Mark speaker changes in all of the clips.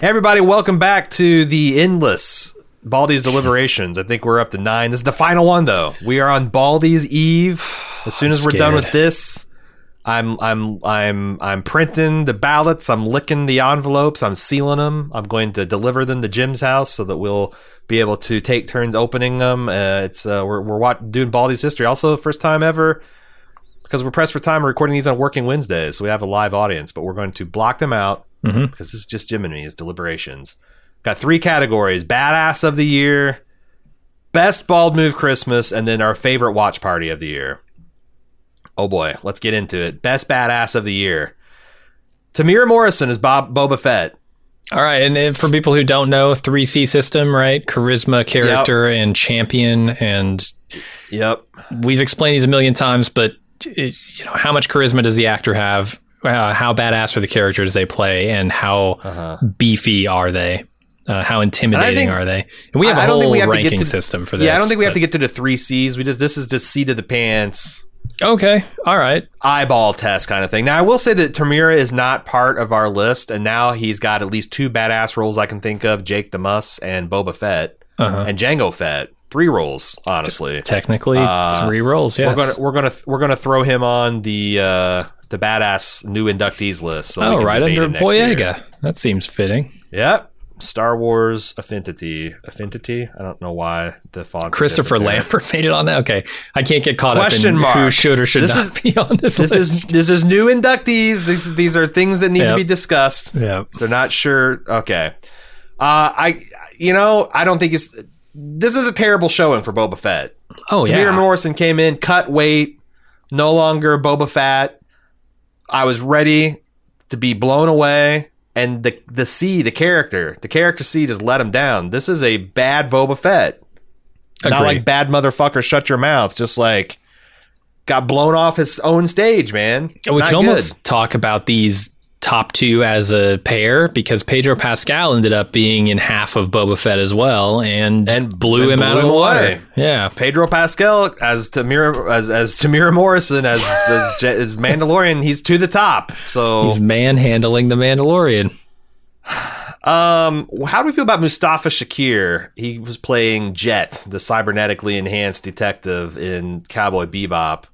Speaker 1: Everybody, welcome back to the endless Baldy's deliberations. I think we're up to nine. This is the final one, though. We are on Baldy's Eve. As soon as we're done
Speaker 2: scared.
Speaker 1: with this, I'm I'm I'm I'm printing the ballots. I'm licking the envelopes. I'm sealing them. I'm going to deliver them to Jim's house so that we'll be able to take turns opening them. Uh, it's uh, we're we're wat- doing Baldy's history. Also, first time ever because we're pressed for time. We're recording these on working Wednesdays, so we have a live audience. But we're going to block them out
Speaker 2: Mhm.
Speaker 1: because this is just Jim and me. Is deliberations. Got three categories: badass of the year, best bald move Christmas, and then our favorite watch party of the year. Oh boy, let's get into it. Best badass of the year. Tamir Morrison is Bob Boba Fett.
Speaker 2: All right, and then for people who don't know, three C system, right? Charisma, character, and champion, and
Speaker 1: Yep.
Speaker 2: we've explained these a million times, but it, you know, how much charisma does the actor have? Uh, how badass are the characters they play, and how
Speaker 1: Uh-huh.
Speaker 2: beefy are they? Uh, how intimidating
Speaker 1: think-
Speaker 2: are they? And we have a
Speaker 1: I- I
Speaker 2: whole
Speaker 1: don't think we have to get
Speaker 2: ranking
Speaker 1: to-
Speaker 2: system for this.
Speaker 1: Yeah, I don't think we have to
Speaker 2: but-
Speaker 1: get to the three C's. We just this is just seat of the pants.
Speaker 2: Okay, all right.
Speaker 1: eyeball test kind of thing. Now, I will say that Tamira is not part of our list, and now he's got at least two badass roles I can think of: Jake the Muss and Boba Fett
Speaker 2: Uh-huh.
Speaker 1: and Django Fett. Three roles, honestly.
Speaker 2: Technically,
Speaker 1: Uh,
Speaker 2: three roles.
Speaker 1: We're
Speaker 2: Yes.
Speaker 1: gonna we're gonna we're gonna throw him on the uh, the badass new inductees list. So we
Speaker 2: oh,
Speaker 1: can
Speaker 2: right
Speaker 1: debate
Speaker 2: under
Speaker 1: him next year.
Speaker 2: Boyega. That seems fitting.
Speaker 1: Yep. Star Wars Affinity. Affinity? I don't know why the font. is
Speaker 2: Christopher
Speaker 1: different there.
Speaker 2: Lambert made it on that. Okay, I can't get caught
Speaker 1: Question
Speaker 2: up in
Speaker 1: mark.
Speaker 2: who should or should
Speaker 1: This
Speaker 2: not
Speaker 1: is-
Speaker 2: be on this.
Speaker 1: This
Speaker 2: list.
Speaker 1: is this is new inductees. These these are things that need to
Speaker 2: Yep.
Speaker 1: be discussed.
Speaker 2: yeah.
Speaker 1: They're not sure. Okay. Uh, I, you know, I don't think it's. This is a terrible showing for Boba Fett.
Speaker 2: Oh
Speaker 1: Tamir
Speaker 2: yeah.
Speaker 1: Morrison came in, cut weight, no longer Boba Fett. I was ready to be blown away, and the the C, the character, the character C, just let him down. This is a bad Boba Fett. Not
Speaker 2: Agree.
Speaker 1: like bad motherfucker, shut your mouth. Just like got blown off his own stage, man.
Speaker 2: And we
Speaker 1: Not
Speaker 2: can
Speaker 1: good.
Speaker 2: almost talk about these top two as a pair because Pedro Pascal ended up being in half of Boba Fett as well and,
Speaker 1: And-
Speaker 2: blew
Speaker 1: and
Speaker 2: him
Speaker 1: blew
Speaker 2: out of the
Speaker 1: him
Speaker 2: water.
Speaker 1: away.
Speaker 2: Yeah.
Speaker 1: Pedro Pascal as Tamira as as Tamira Morrison as as, Je- as Mandalorian, he's to the top. So,
Speaker 2: He's manhandling the Mandalorian.
Speaker 1: um, how do we feel about Mustafa Shakir? He was playing Jet, the cybernetically enhanced detective in Cowboy Bebop.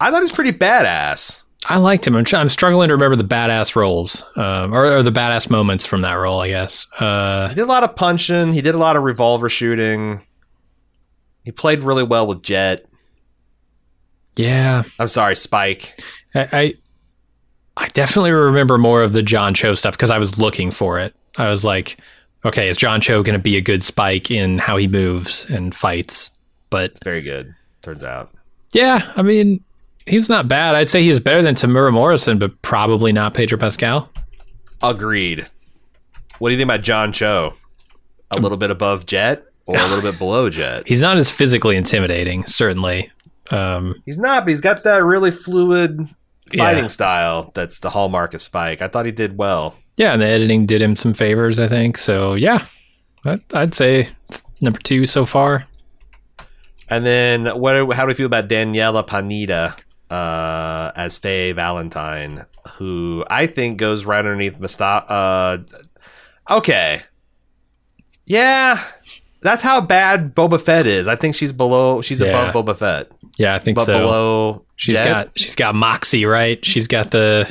Speaker 1: I thought he was pretty badass.
Speaker 2: I liked him. I'm, try- I'm struggling to remember the badass roles um, or, or the badass moments from that role, I guess. Uh,
Speaker 1: He did a lot of punching. He did a lot of revolver shooting. He played really well with Jet.
Speaker 2: yeah.
Speaker 1: I'm sorry, Spike.
Speaker 2: I, I I definitely remember more of the John Cho stuff because I was looking for it. I was like, okay, is John Cho going to be a good spike in how he moves and fights? But
Speaker 1: Very good. Turns out.
Speaker 2: Yeah, I mean, he's not bad. I'd say he's better than Tamura Morrison, but probably not Pedro Pascal.
Speaker 1: Agreed. What do you think about John Cho? A little bit above Jet or a little bit below Jet?
Speaker 2: He's not as physically intimidating, certainly. Um,
Speaker 1: He's not, but he's got that really fluid fighting
Speaker 2: Yeah.
Speaker 1: style that's the hallmark of Spike. I thought he did well.
Speaker 2: yeah, and the editing did him some favors, I think. So yeah, I, I'd say number two so far.
Speaker 1: And then what? How do we feel about Daniela Panita uh, as Faye Valentine, who I think goes right underneath Mustafa? Uh, okay, yeah, that's how bad Boba Fett is. I think she's below. She's
Speaker 2: Yeah.
Speaker 1: above Boba Fett.
Speaker 2: Yeah, I think
Speaker 1: but
Speaker 2: so.
Speaker 1: below
Speaker 2: she's
Speaker 1: Jet?
Speaker 2: got she's got moxie, right? She's got the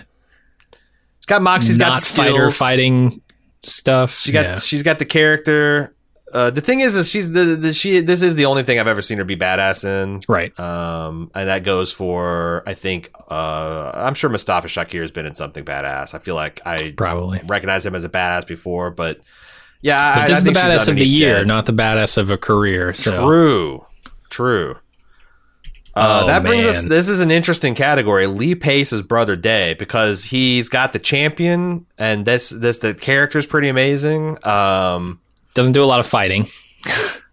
Speaker 1: she's got Moxie's
Speaker 2: not
Speaker 1: got the skills.
Speaker 2: fighter fighting stuff.
Speaker 1: She got
Speaker 2: Yeah.
Speaker 1: she's got the character. Uh, the thing is, is she's the, the she. This is the only thing I've ever seen her be badass in.
Speaker 2: right.
Speaker 1: Um, and that goes for I think uh, I'm sure Mustafa Shakir has been in something badass. I feel like I
Speaker 2: Probably.
Speaker 1: recognize him as a badass before, but yeah, I-
Speaker 2: But this
Speaker 1: I
Speaker 2: is the
Speaker 1: think she's
Speaker 2: badass of the
Speaker 1: underneath
Speaker 2: year,
Speaker 1: Jed.
Speaker 2: not the badass of a career. So
Speaker 1: True. True. Uh,
Speaker 2: Oh,
Speaker 1: that brings us.
Speaker 2: man.
Speaker 1: This is an interesting category. Lee Pace's brother Day because he's got the champion, and this this the character's pretty amazing. Um,
Speaker 2: doesn't do a lot of fighting.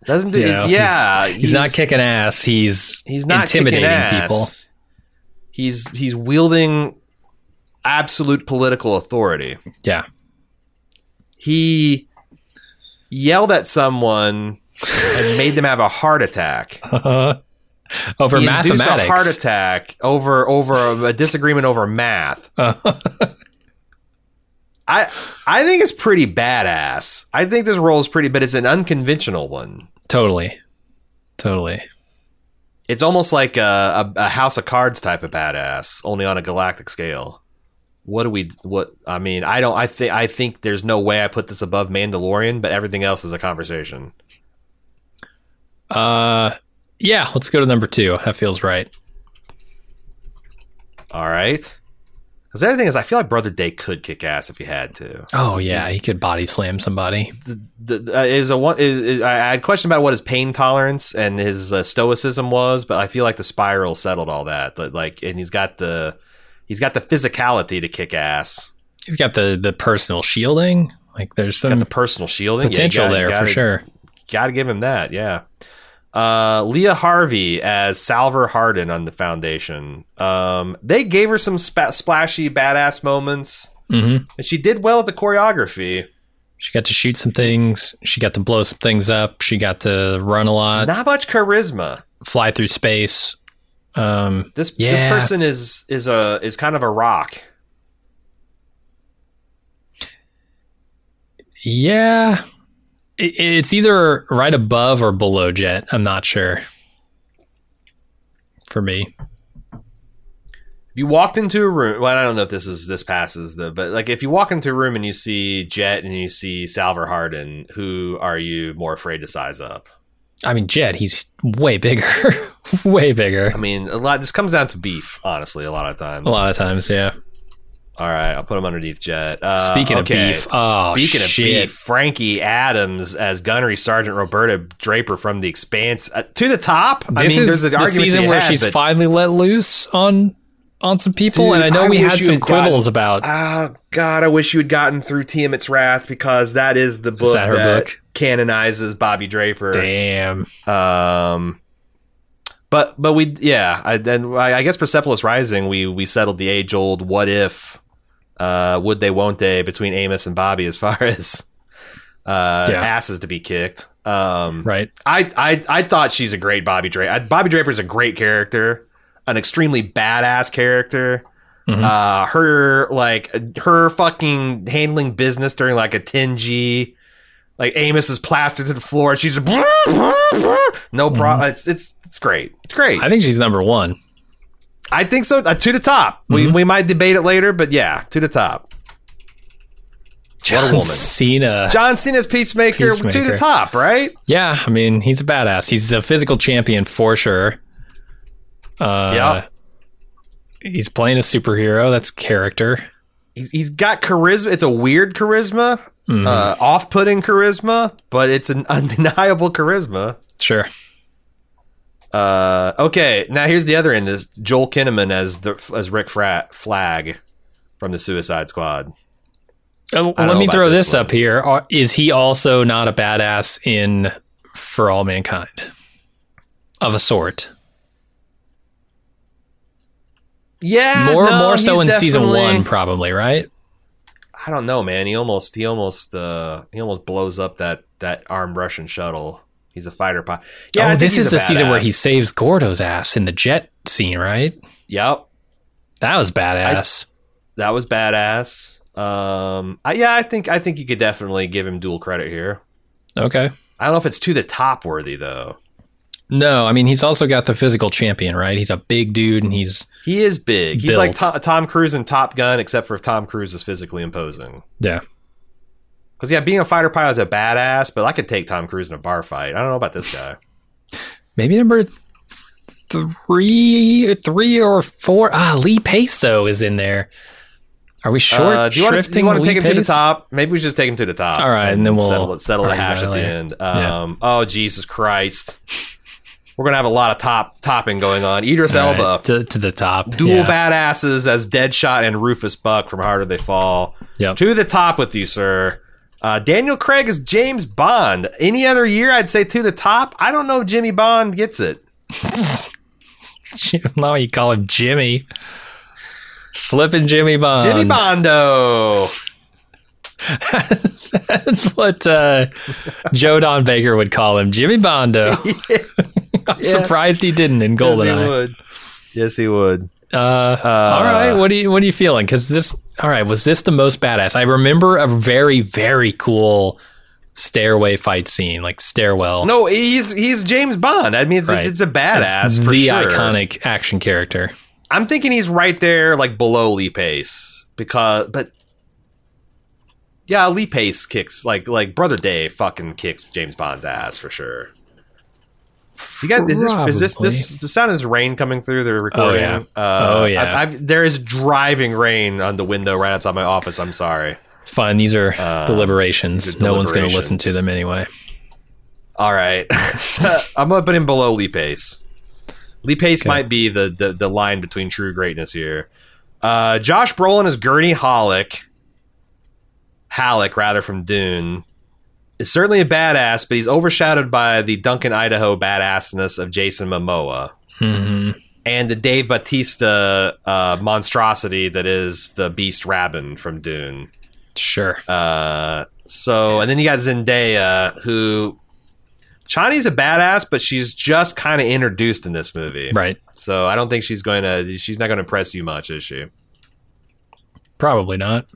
Speaker 1: doesn't do
Speaker 2: You know,
Speaker 1: yeah.
Speaker 2: He's, not kicking ass. He's
Speaker 1: He's not
Speaker 2: intimidating
Speaker 1: kicking ass.
Speaker 2: people.
Speaker 1: He's he's wielding absolute political authority.
Speaker 2: Yeah,
Speaker 1: He yelled at someone and made them have a heart attack.
Speaker 2: over
Speaker 1: he induced
Speaker 2: mathematics.
Speaker 1: a heart attack over over a, disagriement over math.
Speaker 2: Uh,
Speaker 1: I I think it's pretty badass. I think this role is pretty, but it's an unconventional one.
Speaker 2: Totally. Totally.
Speaker 1: It's almost like a, a, a House of Cards type of badass, only on a galactic scale. What do we? What I mean, I don't. I think I think there's no way I put this above Mandalorian, but everything else is a conversation.
Speaker 2: Uh yeah, let's go to number 2. That feels right.
Speaker 1: All right. Because the other thing is, I feel like Brother Day could kick ass if he had to.
Speaker 2: Oh yeah, he could body slam somebody.
Speaker 1: The, the, uh, is a one. Is, is, I I had question about what his pain tolerance and his uh, stoicism was, but I feel like the spiral settled all that. That, like, and he's got the he's got the physicality to kick ass.
Speaker 2: He's got the the personal shielding. Like there's
Speaker 1: Got
Speaker 2: some
Speaker 1: the personal shielding Yeah, you
Speaker 2: potential
Speaker 1: gotta-
Speaker 2: there
Speaker 1: gotta-
Speaker 2: for sure.
Speaker 1: Got to give him that. Yeah. Uh, Leah Harvey as Salver Hardin on the Foundation. Um, they gave her some spa- splashy badass moments,
Speaker 2: hmm
Speaker 1: and she did well at the choreography.
Speaker 2: She got to shoot some things. She got to blow some things up. She got to run a lot,
Speaker 1: Not much charisma.
Speaker 2: fly through space. Um,
Speaker 1: This this
Speaker 2: Yeah.
Speaker 1: person is is a is kind of a rock.
Speaker 2: yeah, It- it's either right above or below Jet. I'm not sure. For me,
Speaker 1: If you walked into a room, well, I don't know if this is this passes the, but like if you walk into a room and you see Jet and you see Salver Hardin, who are you more afraid to size up?
Speaker 2: I mean Jet. He's way bigger, way bigger.
Speaker 1: I mean, a lot. This comes down to beef, honestly. A lot of times.
Speaker 2: A lot of times, yeah.
Speaker 1: All right, I'll put him underneath Jet. Uh,
Speaker 2: Speaking
Speaker 1: okay,
Speaker 2: of beef, oh
Speaker 1: Speaking of
Speaker 2: shit.
Speaker 1: beef, Frankie Adams as Gunnery Sergeant Roberta Draper from The Expanse uh, to the top. I
Speaker 2: this
Speaker 1: mean,
Speaker 2: is
Speaker 1: there's an
Speaker 2: the
Speaker 1: argument to
Speaker 2: season
Speaker 1: be
Speaker 2: where
Speaker 1: had,
Speaker 2: she's
Speaker 1: but-
Speaker 2: finally let loose on on some people,
Speaker 1: Dude,
Speaker 2: and I know
Speaker 1: I
Speaker 2: we
Speaker 1: wish
Speaker 2: had
Speaker 1: you
Speaker 2: some
Speaker 1: had gotten-
Speaker 2: quibbles about.
Speaker 1: Oh God, I wish you had gotten through Tiamat's Wrath because that is the book
Speaker 2: that her book?
Speaker 1: canonizes Bobby Draper.
Speaker 2: Damn,
Speaker 1: Um, but but we yeah, I, then I, I guess Persepolis Rising we we settled the age old what if, uh, would they won't they between Amos and Bobby as far as uh,
Speaker 2: Yeah.
Speaker 1: asses to be kicked. Um,
Speaker 2: right?
Speaker 1: I, I I thought she's a great Bobby Draper. Bobby Draper's a great character, an extremely badass character.
Speaker 2: Mhm.
Speaker 1: Uh, her like her fucking handling business during like a 10G, like Amos is plastered to the floor. and She's no problem. It's it's it's great. It's great.
Speaker 2: Mm-hmm. I think she's number one.
Speaker 1: I think so. Uh, to the top. We
Speaker 2: Mm-hmm.
Speaker 1: we might debate it later, but yeah, to the top.
Speaker 2: John
Speaker 1: woman.
Speaker 2: Cena.
Speaker 1: John Cena's peacemaker, to
Speaker 2: Peacemaker.
Speaker 1: the top, right?
Speaker 2: yeah, I mean he's a badass. He's a physical champion for sure. Uh,
Speaker 1: Yeah.
Speaker 2: He's playing a superhero. That's character.
Speaker 1: he's, he's got charisma. It's a weird charisma,
Speaker 2: Mhm.
Speaker 1: uh, off-putting charisma, but it's an undeniable charisma.
Speaker 2: Sure.
Speaker 1: Uh, okay, now here's the other end: is Joel Kinnaman as the as Rick Fra- Flag from the Suicide Squad.
Speaker 2: Uh,
Speaker 1: I don't
Speaker 2: let me
Speaker 1: know
Speaker 2: throw
Speaker 1: about
Speaker 2: this,
Speaker 1: this
Speaker 2: up here. Are- Is he also not a badass in For All Mankind? Of a sort.
Speaker 1: Yeah,
Speaker 2: More
Speaker 1: Uh, no,
Speaker 2: more so
Speaker 1: he's
Speaker 2: in season
Speaker 1: definitely-
Speaker 2: one, probably, right?
Speaker 1: I don't know, man. He almost he almost uh he almost blows up that that armed Russian shuttle. He's a fighter pilot. Yeah, I
Speaker 2: oh,
Speaker 1: think
Speaker 2: this
Speaker 1: he's
Speaker 2: is
Speaker 1: a
Speaker 2: the season where
Speaker 1: badass.
Speaker 2: he saves Gordo's ass in the jet scene, right?
Speaker 1: Yep,
Speaker 2: That was badass.
Speaker 1: that was badass. Um, I, yeah, I think I think you could definitely give him dual credit here.
Speaker 2: okay.
Speaker 1: I don't know if it's to the top worthy though.
Speaker 2: No, I mean he's also got the physical champion, right? He's a big dude and he's
Speaker 1: He is big. He's like
Speaker 2: Built.
Speaker 1: Tom, Tom Cruise in Top Gun, except for if Tom Cruise is physically imposing.
Speaker 2: yeah.
Speaker 1: Because yeah, being a fighter pilot is a badass, but I could take Tom Cruise in a bar fight. I don't know about this guy.
Speaker 2: Maybe number th- three, three or four. Ah, Lee Pace though is in there. Are we short?
Speaker 1: Uh, do you want to,
Speaker 2: shrifting
Speaker 1: take
Speaker 2: Lee
Speaker 1: him to the
Speaker 2: Pace?
Speaker 1: top? Maybe we should just take him to the top.
Speaker 2: All right, and then we'll
Speaker 1: settle, it- settle the
Speaker 2: argue
Speaker 1: hash
Speaker 2: about
Speaker 1: at
Speaker 2: it
Speaker 1: the
Speaker 2: later.
Speaker 1: end.
Speaker 2: Yeah.
Speaker 1: Um, Oh Jesus Christ! We're gonna have a lot of top topping going on. Idris
Speaker 2: All right,
Speaker 1: Elba.
Speaker 2: to, to the top.
Speaker 1: Dual
Speaker 2: yeah.
Speaker 1: badasses as Deadshot and Rufus Buck from Harder They Fall.
Speaker 2: Yep.
Speaker 1: To the top with you, sir. Uh, Daniel Craig is James Bond. Any other year, I'd say to the top. I don't know if Jimmy Bond gets it.
Speaker 2: now you call him Jimmy. Slipping Jimmy Bond.
Speaker 1: Jimmy Bondo.
Speaker 2: That's what uh, Joe Don Baker would call him, Jimmy Bondo. I'm
Speaker 1: Yes.
Speaker 2: surprised he didn't in
Speaker 1: Yes, he
Speaker 2: Goldeneye.
Speaker 1: would. Uh, Yes, he would.
Speaker 2: Uh, all right, what are you what are you feeling? Because this all right, was this the most badass? I remember a very, very cool stairway fight scene, like stairwell.
Speaker 1: No, he's he's James Bond. I mean, it's,
Speaker 2: Right.
Speaker 1: it's a badass
Speaker 2: That's
Speaker 1: for
Speaker 2: the
Speaker 1: sure.
Speaker 2: iconic action character.
Speaker 1: I'm thinking he's right there, like below Lee Pace, because but yeah, Lee Pace kicks like like Brother Day fucking kicks James Bond's ass for sure. You got is this is this this the sound is rain coming through the recording?
Speaker 2: Oh, yeah.
Speaker 1: Uh,
Speaker 2: Oh, yeah.
Speaker 1: I, I've, there is driving rain on the window right outside my office. I'm sorry.
Speaker 2: It's fine. These are
Speaker 1: Uh,
Speaker 2: deliberations.
Speaker 1: these are
Speaker 2: No one's going to listen
Speaker 1: deliberations.
Speaker 2: to them anyway.
Speaker 1: All right, I'm gonna put him below Lee Pace. Lee Pace might be the, the the line between true greatness here. Uh, Josh Brolin is Gurney Halleck, Halleck rather from Dune. Is certainly a badass, but he's overshadowed by the Duncan Idaho badassness of Jason Momoa
Speaker 2: hmm
Speaker 1: and the Dave Batista uh, monstrosity that is the Beast Rabin from Dune.
Speaker 2: Sure.
Speaker 1: Uh, so, and then you got Zendaya, who Chani's a badass, but she's just kind of introduced in this movie.
Speaker 2: Right.
Speaker 1: So I don't think she's going to. She's not going to impress you much, is she?
Speaker 2: Probably not.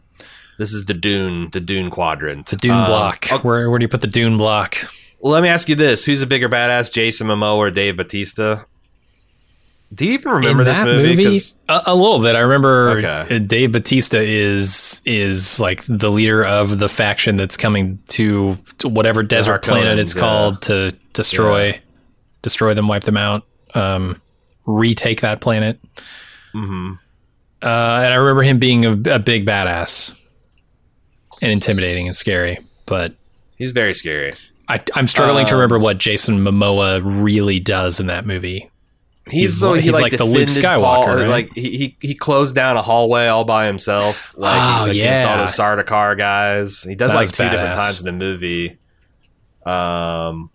Speaker 1: This is the Dune, the Dune quadrant,
Speaker 2: The Dune
Speaker 1: Um,
Speaker 2: block.
Speaker 1: oh,
Speaker 2: Where where do you put the Dune block?
Speaker 1: let me ask you this: Who's a bigger badass, Jason Momoa or Dave Batista? Do you even remember
Speaker 2: In
Speaker 1: this
Speaker 2: that
Speaker 1: movie? 'Cause-
Speaker 2: A, a little bit. I remember
Speaker 1: Okay.
Speaker 2: uh, Dave Batista is is like the leader of the faction that's coming to, to whatever desert planet
Speaker 1: Harkonnens,
Speaker 2: it's
Speaker 1: yeah.
Speaker 2: called to destroy destroy them, wipe them out, um, retake that planet.
Speaker 1: Mhm.
Speaker 2: Uh, and I remember him being a, a big badass and intimidating and scary, but.
Speaker 1: He's very scary.
Speaker 2: I, I'm struggling
Speaker 1: Um,
Speaker 2: to remember what Jason Momoa really does in that movie.
Speaker 1: He's,
Speaker 2: He's
Speaker 1: so
Speaker 2: like-
Speaker 1: he
Speaker 2: he's
Speaker 1: like,
Speaker 2: like the Luke
Speaker 1: defended
Speaker 2: Skywalker,
Speaker 1: Paul-
Speaker 2: right?
Speaker 1: Like he, he he closed down a hallway all by himself. Like
Speaker 2: Oh,
Speaker 1: against
Speaker 2: yeah.
Speaker 1: all those Sardaukar guys. He does
Speaker 2: That
Speaker 1: like
Speaker 2: was
Speaker 1: two different
Speaker 2: badass.
Speaker 1: times in the movie. Um,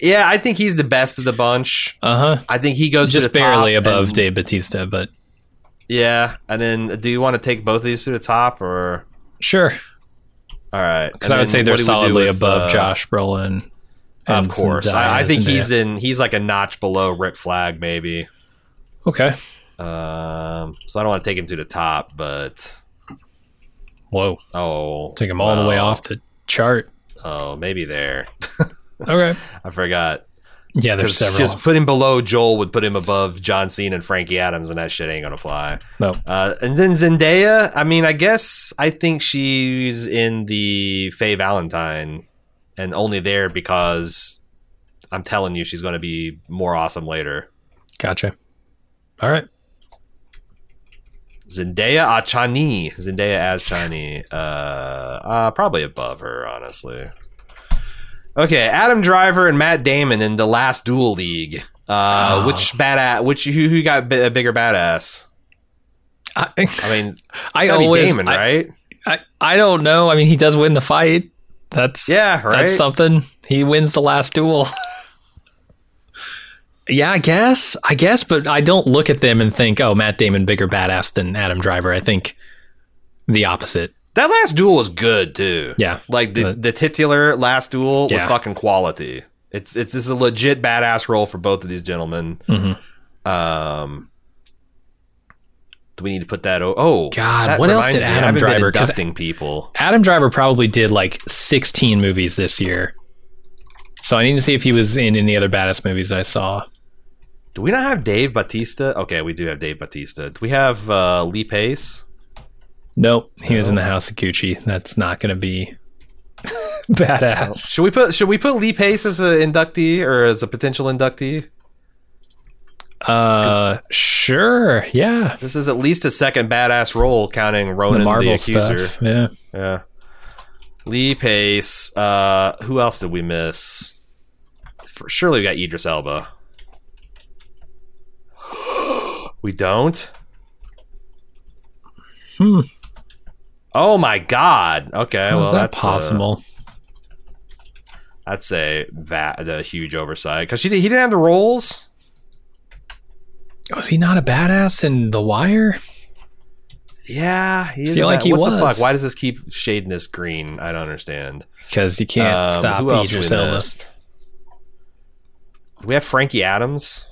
Speaker 1: yeah, I think he's the best of the bunch.
Speaker 2: Uh huh.
Speaker 1: I think he goes to
Speaker 2: Just
Speaker 1: the top
Speaker 2: barely above
Speaker 1: and-
Speaker 2: Dave Batista, but
Speaker 1: Yeah, and then do you want to take both of these to the top or?
Speaker 2: sure.
Speaker 1: All right,
Speaker 2: Because I would say they're solidly above
Speaker 1: Josh.
Speaker 2: Josh Brolin.
Speaker 1: uh, Of
Speaker 2: and
Speaker 1: course, I, I
Speaker 2: Zendaya.
Speaker 1: think he's in. He's like a notch below Rip Flag, maybe.
Speaker 2: okay.
Speaker 1: Um, so I don't want to take him to the top, but
Speaker 2: Whoa,
Speaker 1: oh,
Speaker 2: take him all the way
Speaker 1: well,
Speaker 2: off the chart.
Speaker 1: Oh, maybe there.
Speaker 2: Okay.
Speaker 1: I forgot.
Speaker 2: Yeah, there's
Speaker 1: 'Cause
Speaker 2: several.
Speaker 1: Just put him below Joel would put him above John Cena and Frankie Adams, and that shit ain't gonna fly.
Speaker 2: no.
Speaker 1: Uh, and then Zendaya. I mean, I guess I think she's in the Faye Valentine, and only there because I'm telling you, she's gonna be more awesome later.
Speaker 2: Gotcha. All right.
Speaker 1: Zendaya Achani. Zendaya as Chani. Uh, uh, probably above her, honestly. Okay, Adam Driver and Matt Damon in the Last Duel League. Uh,
Speaker 2: Oh.
Speaker 1: Which badass? Which who, who got bi- a bigger badass?
Speaker 2: I,
Speaker 1: I mean, it's
Speaker 2: I
Speaker 1: gotta be
Speaker 2: always.
Speaker 1: Damon,
Speaker 2: I-
Speaker 1: right?
Speaker 2: I, I don't know. I mean, he does win the fight. That's
Speaker 1: Yeah, right?
Speaker 2: That's something. He wins the last duel. yeah, I guess. I guess, but I don't look at them and think, "Oh, Matt Damon bigger badass than Adam Driver." I think the opposite.
Speaker 1: That Last Duel was good too.
Speaker 2: Yeah.
Speaker 1: Like the,
Speaker 2: But-
Speaker 1: the titular Last Duel was
Speaker 2: Yeah.
Speaker 1: fucking quality. It's it's this is a legit badass role for both of these gentlemen.
Speaker 2: hmm
Speaker 1: Um, do we need to put that? O- oh
Speaker 2: God,
Speaker 1: that
Speaker 2: what else
Speaker 1: reminds
Speaker 2: did
Speaker 1: me, I
Speaker 2: Adam
Speaker 1: haven't been
Speaker 2: Driver- 'cause-
Speaker 1: inducting people?
Speaker 2: Adam Driver probably did like 16 movies this year. So I need to see if he was in any other badass movies that I saw.
Speaker 1: Do we not have Dave Batista? Okay, we do have Dave Batista. Do we have uh, Lee Pace?
Speaker 2: Nope, he was in the House of Gucci. That's not going to be badass.
Speaker 1: Should we put Should we put Lee Pace as an inductee or as a potential inductee?
Speaker 2: Uh, sure. Yeah.
Speaker 1: This is at least a second badass role, counting
Speaker 2: The
Speaker 1: Ronan the,
Speaker 2: Marvel
Speaker 1: Accuser.
Speaker 2: stuff. Yeah.
Speaker 1: Yeah, Lee Pace. Uh, who else did we miss? For, surely we got Idris Elba. we don't.
Speaker 2: Hmm.
Speaker 1: Oh my God. Okay.
Speaker 2: How
Speaker 1: well,
Speaker 2: is that
Speaker 1: that's uh,
Speaker 2: possible?
Speaker 1: I'd say that the huge oversight because she did, he didn't have the roles.
Speaker 2: was he not a badass in The Wire?
Speaker 1: Yeah, he
Speaker 2: Feel
Speaker 1: isn't
Speaker 2: like
Speaker 1: that-
Speaker 2: he
Speaker 1: what the
Speaker 2: was.
Speaker 1: fuck? Why does this keep shading this green? I don't understand.
Speaker 2: Because you can't
Speaker 1: Um,
Speaker 2: stop
Speaker 1: who else uh,
Speaker 2: Idris
Speaker 1: we
Speaker 2: Elba.
Speaker 1: missed? Do We have Frankie Adams.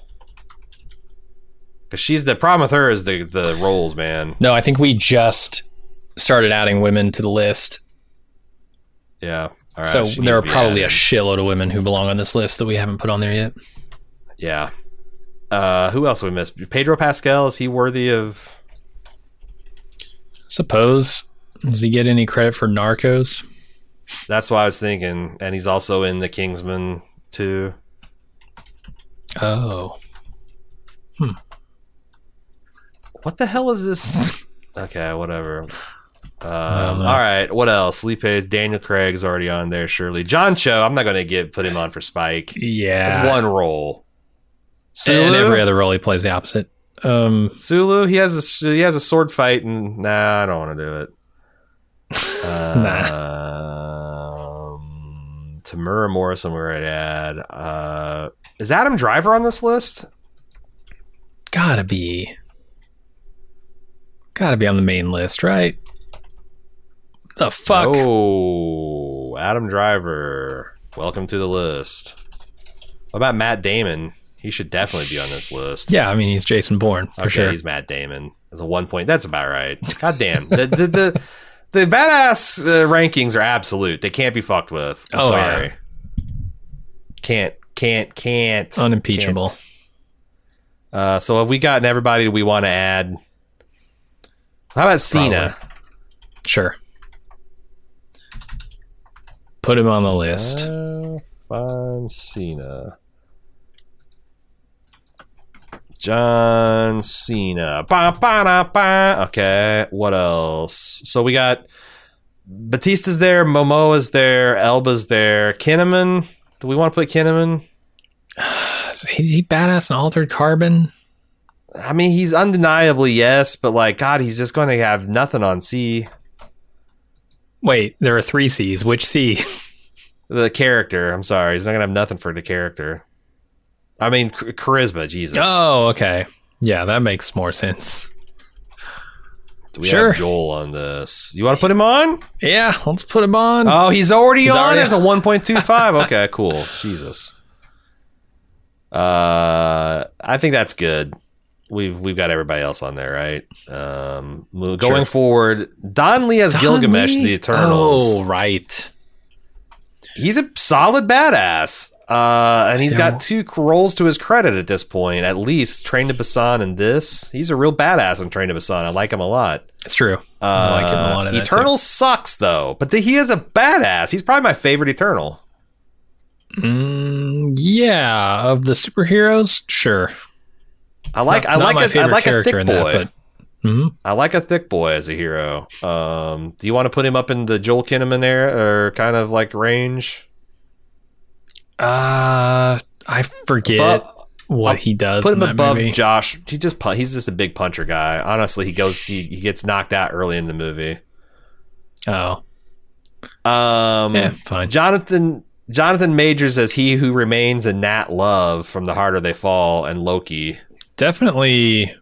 Speaker 1: Because she's the problem with her is the the roles, man.
Speaker 2: No, I think we just started adding women to the list.
Speaker 1: Yeah. All right,
Speaker 2: so
Speaker 1: she
Speaker 2: there
Speaker 1: needs to
Speaker 2: are
Speaker 1: be
Speaker 2: probably a
Speaker 1: added.
Speaker 2: shitload of women who belong on this list that we haven't put on there yet.
Speaker 1: yeah. Uh, who else we missed? Pedro Pascal is he worthy of?
Speaker 2: Suppose does he get any credit for Narcos?
Speaker 1: That's why I was thinking, and he's also in the Kingsman too.
Speaker 2: Oh,
Speaker 1: What the hell is this? okay, whatever. Um, all
Speaker 2: don't know.
Speaker 1: right, what else? Lee Page, Daniel Craig's already on there. Surely, John Cho. I'm not going to get put him on for Spike.
Speaker 2: yeah.
Speaker 1: That's one role.
Speaker 2: And
Speaker 1: Sulu?
Speaker 2: every other role he plays the opposite. Um,
Speaker 1: Sulu, he has a he has a sword fight, and nah, I don't want to do it. nah. Um, Tamura Morrison, we're at add. Uh, is Adam Driver on this list?
Speaker 2: gotta be, gotta be on the main list, right? The fuck?
Speaker 1: Oh, Adam Driver, welcome to the list. What about Matt Damon? He should definitely be on this list.
Speaker 2: Yeah, I mean he's Jason Bourne for
Speaker 1: okay,
Speaker 2: sure.
Speaker 1: he's Matt Damon. That's a one point. That's about right. God damn. the, the, the, the badass uh, rankings are absolute. They can't be fucked with. I'm
Speaker 2: Oh,
Speaker 1: sorry. Can't, can't, can't.
Speaker 2: Unimpeachable.
Speaker 1: can't. Uh, so have we gotten everybody we want to add? How about Cena?
Speaker 2: Sure. Put him on the list.
Speaker 1: Uh, find Cena. John Cena. Ba, ba, da, ba. Okay, what else? So we got Batista's there, Momoa's there, Elba's there, Kinnaman. Do we want to put Kinnaman?
Speaker 2: Is he, is he badass and altered carbon?
Speaker 1: I mean, he's undeniably yes, but like, God, he's just going to have nothing on C.
Speaker 2: Wait, there are three C's. Which C?
Speaker 1: The character, I'm sorry, he's not going to have nothing for the character. I mean, ch- charisma, Jesus.
Speaker 2: Oh, okay. Yeah, that makes more sense.
Speaker 1: Do we
Speaker 2: sure.
Speaker 1: have Joel on this? You want to put him on?
Speaker 2: Yeah, let's put him on.
Speaker 1: Oh, he's already
Speaker 2: He's
Speaker 1: on
Speaker 2: already
Speaker 1: as a 1.25. okay, cool. Jesus. Uh, I think that's good. We've we've got everybody else on there, right? Um, mo- going forward, Don Lee as
Speaker 2: Don
Speaker 1: Gilgamesh,
Speaker 2: Lee?
Speaker 1: the Eternals.
Speaker 2: Oh, right.
Speaker 1: He's a solid badass. Uh, and he's
Speaker 2: Yeah.
Speaker 1: got two roles to his credit at this point, at least. Train to Busan and this. He's a real badass on Train to Busan. I like him a lot.
Speaker 2: It's true. I like him a lot in that, too.
Speaker 1: Uh, Eternal sucks though, but the, he is a badass. He's probably my favorite Eternal.
Speaker 2: Mm, yeah, of the superheroes, sure.
Speaker 1: I like
Speaker 2: Not-
Speaker 1: I
Speaker 2: not
Speaker 1: like
Speaker 2: my
Speaker 1: a, I
Speaker 2: favorite
Speaker 1: like a thick
Speaker 2: character
Speaker 1: boy.
Speaker 2: in that, but Mhm.
Speaker 1: I like a thick boy as a hero. Um, do you want to put him up in the Joel Kinnaman era or kind of like range?
Speaker 2: uh, I forget
Speaker 1: But
Speaker 2: what
Speaker 1: I'll
Speaker 2: he does.
Speaker 1: put
Speaker 2: in
Speaker 1: him
Speaker 2: that
Speaker 1: above
Speaker 2: movie.
Speaker 1: Josh. He just pu- he's just a big puncher guy. Honestly, he goes he, he gets knocked out early in the movie.
Speaker 2: Oh,
Speaker 1: Um,
Speaker 2: yeah, fine.
Speaker 1: Jonathan Jonathan Majors as he who remains and Nat Love from The Harder They Fall and Loki.
Speaker 2: definitely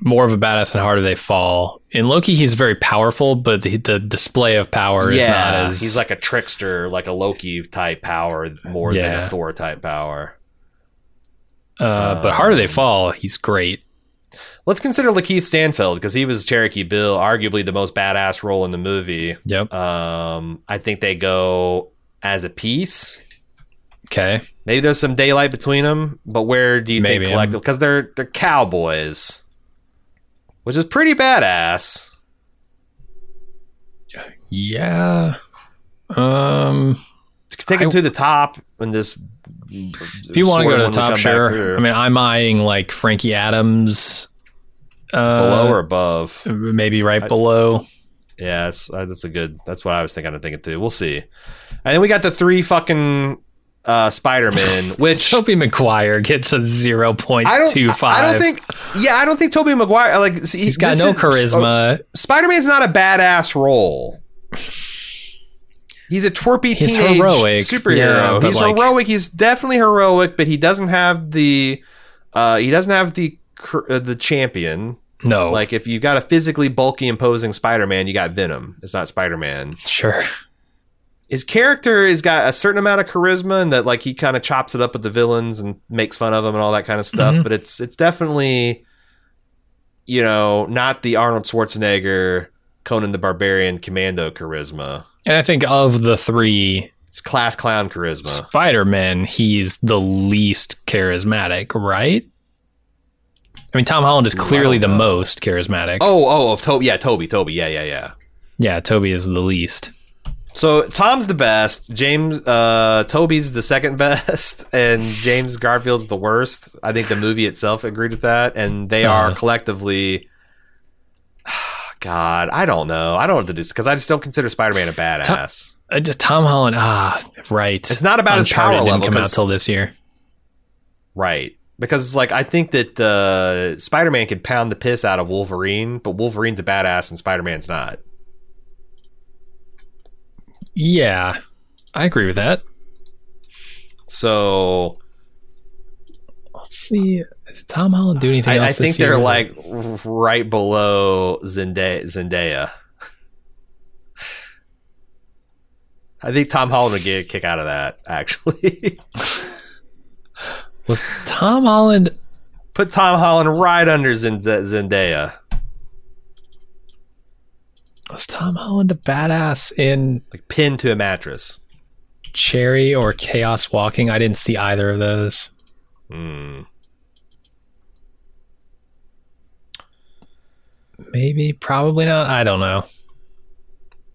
Speaker 2: more of a badass and harder they fall. In Loki, he's very powerful, but the, the display of power is not as
Speaker 1: he's like a trickster, like a Loki type power more than
Speaker 2: Yeah.
Speaker 1: a Thor type power.
Speaker 2: Uh, but harder
Speaker 1: um,
Speaker 2: they fall, he's great.
Speaker 1: Let's consider Lakeith Stanfield because he was Cherokee Bill, arguably the most badass role in the movie.
Speaker 2: Yep.
Speaker 1: Um, I think they go as a piece.
Speaker 2: Okay.
Speaker 1: Maybe there's some daylight between them, but where do you
Speaker 2: Maybe.
Speaker 1: think collective? Because they're they're cowboys, which is pretty badass.
Speaker 2: Yeah. Um,
Speaker 1: Take them to the top and just
Speaker 2: if you want to go to
Speaker 1: when
Speaker 2: the
Speaker 1: we come
Speaker 2: top,
Speaker 1: back
Speaker 2: sure.
Speaker 1: through.
Speaker 2: I mean, I'm eyeing like Frankie Adams.
Speaker 1: below or
Speaker 2: Uh,
Speaker 1: above?
Speaker 2: maybe right below.
Speaker 1: Yeah, that's, uh, that's a good. That's what I was thinking. I'm thinking too. We'll see. And then we got the three fucking uh, Spider Man, which I
Speaker 2: Toby McGuire gets a zero point
Speaker 1: don't.
Speaker 2: two
Speaker 1: I
Speaker 2: five.
Speaker 1: don't think. Yeah, I don't think Tobey Maguire. Like see,
Speaker 2: he's got
Speaker 1: this
Speaker 2: no
Speaker 1: is- oh,
Speaker 2: charisma.
Speaker 1: Spider Man's not a badass role. He's a twerpy
Speaker 2: He's
Speaker 1: teenage
Speaker 2: heroic, yeah,
Speaker 1: superhero.
Speaker 2: but
Speaker 1: he's
Speaker 2: like-
Speaker 1: heroic. He's definitely heroic, but he doesn't have the. Uh, he doesn't have the cur- uh, the champion.
Speaker 2: no, like
Speaker 1: Like if you got a physically bulky, imposing Spider Man, you got Venom. It's not Spider Man.
Speaker 2: sure.
Speaker 1: his character has got a certain amount of charisma and that like he kind of chops it up with the villains and makes fun of them and all that kind of stuff but it's it's definitely you know, not the Arnold Schwarzenegger, Conan the Barbarian, Commando charisma.
Speaker 2: And I think of the three
Speaker 1: It's class clown charisma.
Speaker 2: Spider Men, he's the least charismatic, right? I mean, Tom Holland is clearly the
Speaker 1: Wow.
Speaker 2: most charismatic.
Speaker 1: Oh, oh, of Toby. Yeah, Toby, Toby. Yeah, yeah, yeah.
Speaker 2: Yeah, Toby is the least.
Speaker 1: So Tom's the best, James uh Toby's the second best, and James Garfield's the worst. I think the movie itself agreed with that, and they are
Speaker 2: Uh-huh.
Speaker 1: collectively God, I don't know. I don't have to do because I just don't consider Spider-Man a badass.
Speaker 2: Uh, just Tom Holland, ah, right.
Speaker 1: it's not about his power
Speaker 2: didn't
Speaker 1: level.
Speaker 2: come out
Speaker 1: 'cause-
Speaker 2: till this year.
Speaker 1: Right. Because like I think that uh, Spider-Man can pound the piss out of Wolverine, but Wolverine's a badass and Spider-Man's not.
Speaker 2: Yeah, I agree with that.
Speaker 1: So
Speaker 2: Let's see. Did Tom Holland do anything
Speaker 1: I,
Speaker 2: else?
Speaker 1: I think
Speaker 2: this year?
Speaker 1: they're like r- right below Zendaya. Zendaya. I think Tom Holland would get a kick out of that. Actually,
Speaker 2: Was Tom Holland
Speaker 1: put Tom Holland right under Zend- Zendaya,
Speaker 2: was Tom Holland a badass in
Speaker 1: like pinned to a mattress.
Speaker 2: Cherry or Chaos Walking? I didn't see either of those.
Speaker 1: Hmm.
Speaker 2: Maybe, probably not. I don't know.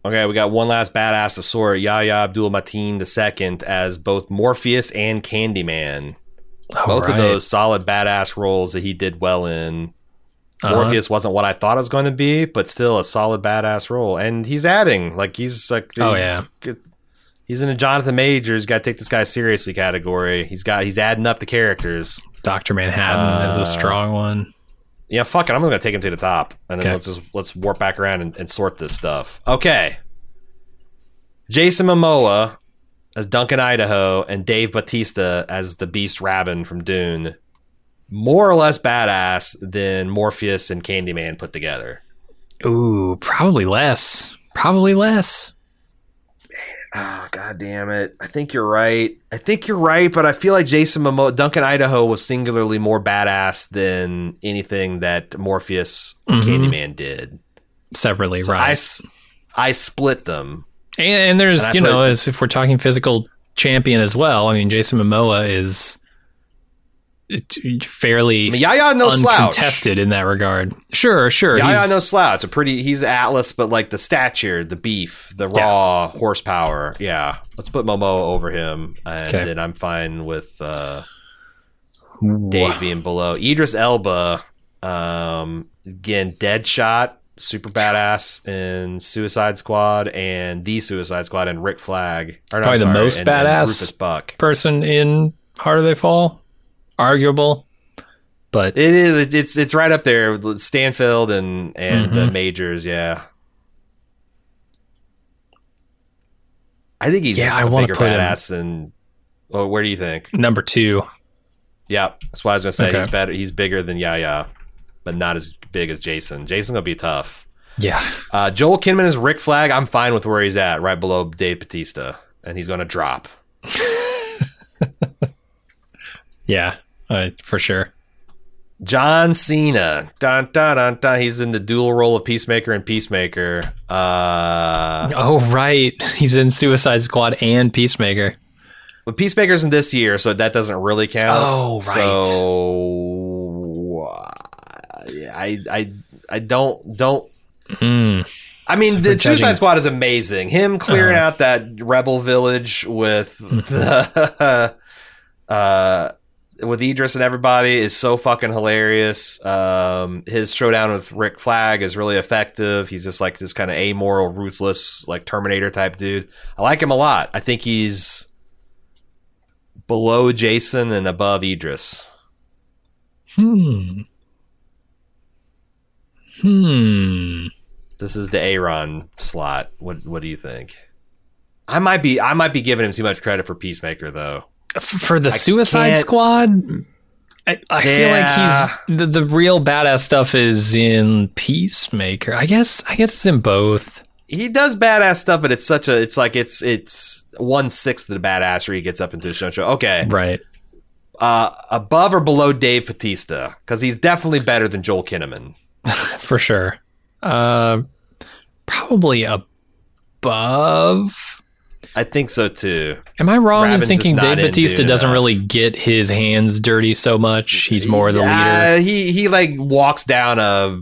Speaker 1: Okay, we got one last badass to sort. Yahya Abdul Mateen II as both Morpheus and Candyman.
Speaker 2: All
Speaker 1: Both
Speaker 2: right.
Speaker 1: of those solid badass roles that he did well in.
Speaker 2: Uh-huh.
Speaker 1: Morpheus wasn't what I thought it was going to be, but still a solid badass role. And he's adding like he's like
Speaker 2: Oh,
Speaker 1: he's, he's in a Jonathan Majors got to take this guy seriously category. He's got he's adding up the characters.
Speaker 2: Doctor Manhattan is
Speaker 1: Uh,
Speaker 2: a strong one.
Speaker 1: Yeah, fuck it. I'm gonna take him to the top, and then
Speaker 2: Okay.
Speaker 1: let's just let's warp back around and, and sort this stuff. Okay, Jason Momoa as Duncan Idaho and Dave Batista as the Beast Rabin from Dune, more or less badass than Morpheus and Candyman put together.
Speaker 2: Ooh, probably less. Probably less.
Speaker 1: Oh, god damn it. I think you're right. I think you're right, but I feel like Jason Momoa Duncan Idaho was singularly more badass than anything that Morpheus or
Speaker 2: Mhm.
Speaker 1: Candyman did.
Speaker 2: Separately,
Speaker 1: So I
Speaker 2: right?
Speaker 1: s- I split them.
Speaker 2: and, and there's,
Speaker 1: and I
Speaker 2: you know,
Speaker 1: put-
Speaker 2: as if we're talking physical champion as well. I mean, Jason Momoa is it- fairly
Speaker 1: I mean, Yaya no slouch.
Speaker 2: uncontested in that regard. Sure, sure.
Speaker 1: Yaya
Speaker 2: he's-
Speaker 1: no slouch. A pretty he's Atlas, but like the stature, the beef, the
Speaker 2: Yeah.
Speaker 1: raw horsepower. Yeah, let's put Momoa over him, and
Speaker 2: Okay.
Speaker 1: then I'm fine with uh,
Speaker 2: Wha-
Speaker 1: Dave being below. Idris Elba, um, again, Deadshot, super badass in Suicide Squad and the Suicide Squad, and Rick Flag. Or, no,
Speaker 2: Probably
Speaker 1: I'm
Speaker 2: the
Speaker 1: sorry,
Speaker 2: most
Speaker 1: and- and
Speaker 2: badass.
Speaker 1: Rufus Buck.
Speaker 2: person in Harder They Fall. Arguable, but
Speaker 1: It is. It's it's right up there. with Stanfield and and the
Speaker 2: Mhm.
Speaker 1: majors. Yeah. I think he's
Speaker 2: Yeah, I
Speaker 1: a
Speaker 2: wanna
Speaker 1: bigger
Speaker 2: put him-
Speaker 1: badass than. Oh, where do you think?
Speaker 2: number two.
Speaker 1: Yeah, that's why I was gonna say
Speaker 2: Okay.
Speaker 1: he's better. He's bigger than Yaya, but not as big as Jason. Jason's gonna be tough.
Speaker 2: Yeah.
Speaker 1: Uh, Joel Kinman is Rick Flag. I'm fine with where he's at, right below Dave Batista, and he's gonna drop.
Speaker 2: Yeah. Uh, for sure.
Speaker 1: John Cena, dun dun dun dun. He's in the dual role of Peacemaker and Peacemaker. Uh,
Speaker 2: Oh, right. He's in Suicide Squad and Peacemaker.
Speaker 1: But Peacemaker's in this year, so that doesn't really count.
Speaker 2: Oh,
Speaker 1: So uh, I I I don't don't.
Speaker 2: Mm.
Speaker 1: I mean,
Speaker 2: So
Speaker 1: the
Speaker 2: we're judging-
Speaker 1: Suicide Squad is amazing. Him clearing out that rebel village with the uh, with Idris and everybody is so fucking hilarious. Um, his showdown with Rick Flag is really effective. He's just like this kind of amoral, ruthless, like Terminator type dude. I like him a lot. I think he's below Jason and above Idris.
Speaker 2: Hmm. Hmm.
Speaker 1: This is the Aaron slot. What What do you think? I might be I might be giving him too much credit for Peacemaker though.
Speaker 2: F- for the
Speaker 1: I
Speaker 2: Suicide
Speaker 1: can't-
Speaker 2: Squad, I, I
Speaker 1: Yeah.
Speaker 2: feel like he's the, the real badass stuff is in Peacemaker. I guess I guess it's in both.
Speaker 1: He does badass stuff, but it's such a it's like it's it's one sixth of the badassery he gets up into show show. Okay,
Speaker 2: Right.
Speaker 1: uh, above or below Dave Batista because he's definitely better than Joel Kinnaman.
Speaker 2: for sure. Uh, probably above.
Speaker 1: I think so too.
Speaker 2: Am I wrong
Speaker 1: Robbins
Speaker 2: in
Speaker 1: is
Speaker 2: thinking
Speaker 1: not
Speaker 2: Dave
Speaker 1: in
Speaker 2: Batista
Speaker 1: Dune
Speaker 2: doesn't
Speaker 1: enough.
Speaker 2: really get his hands dirty so much? He's more the leader.
Speaker 1: Yeah, He he like walks down a,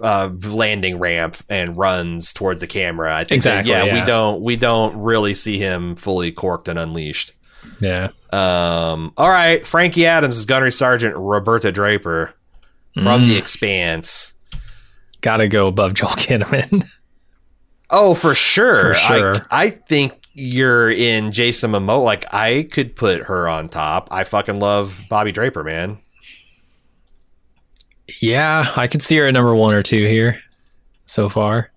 Speaker 1: a landing ramp and runs towards the camera. I think that-
Speaker 2: Exactly,
Speaker 1: yeah,
Speaker 2: yeah.
Speaker 1: we don't we don't really see him fully corked and unleashed.
Speaker 2: Yeah.
Speaker 1: Um, all right, Frankie Adams is Gunnery Sergeant Roberta Draper from
Speaker 2: Mm.
Speaker 1: The Expanse.
Speaker 2: Gotta go above Joel Kinnaman.
Speaker 1: Oh, for sure.
Speaker 2: For sure.
Speaker 1: I, I think you're in Jason Momoa. Like I could put her on top. I fucking love Bobby Draper, man.
Speaker 2: yeah, I could see her at number one or two here so far.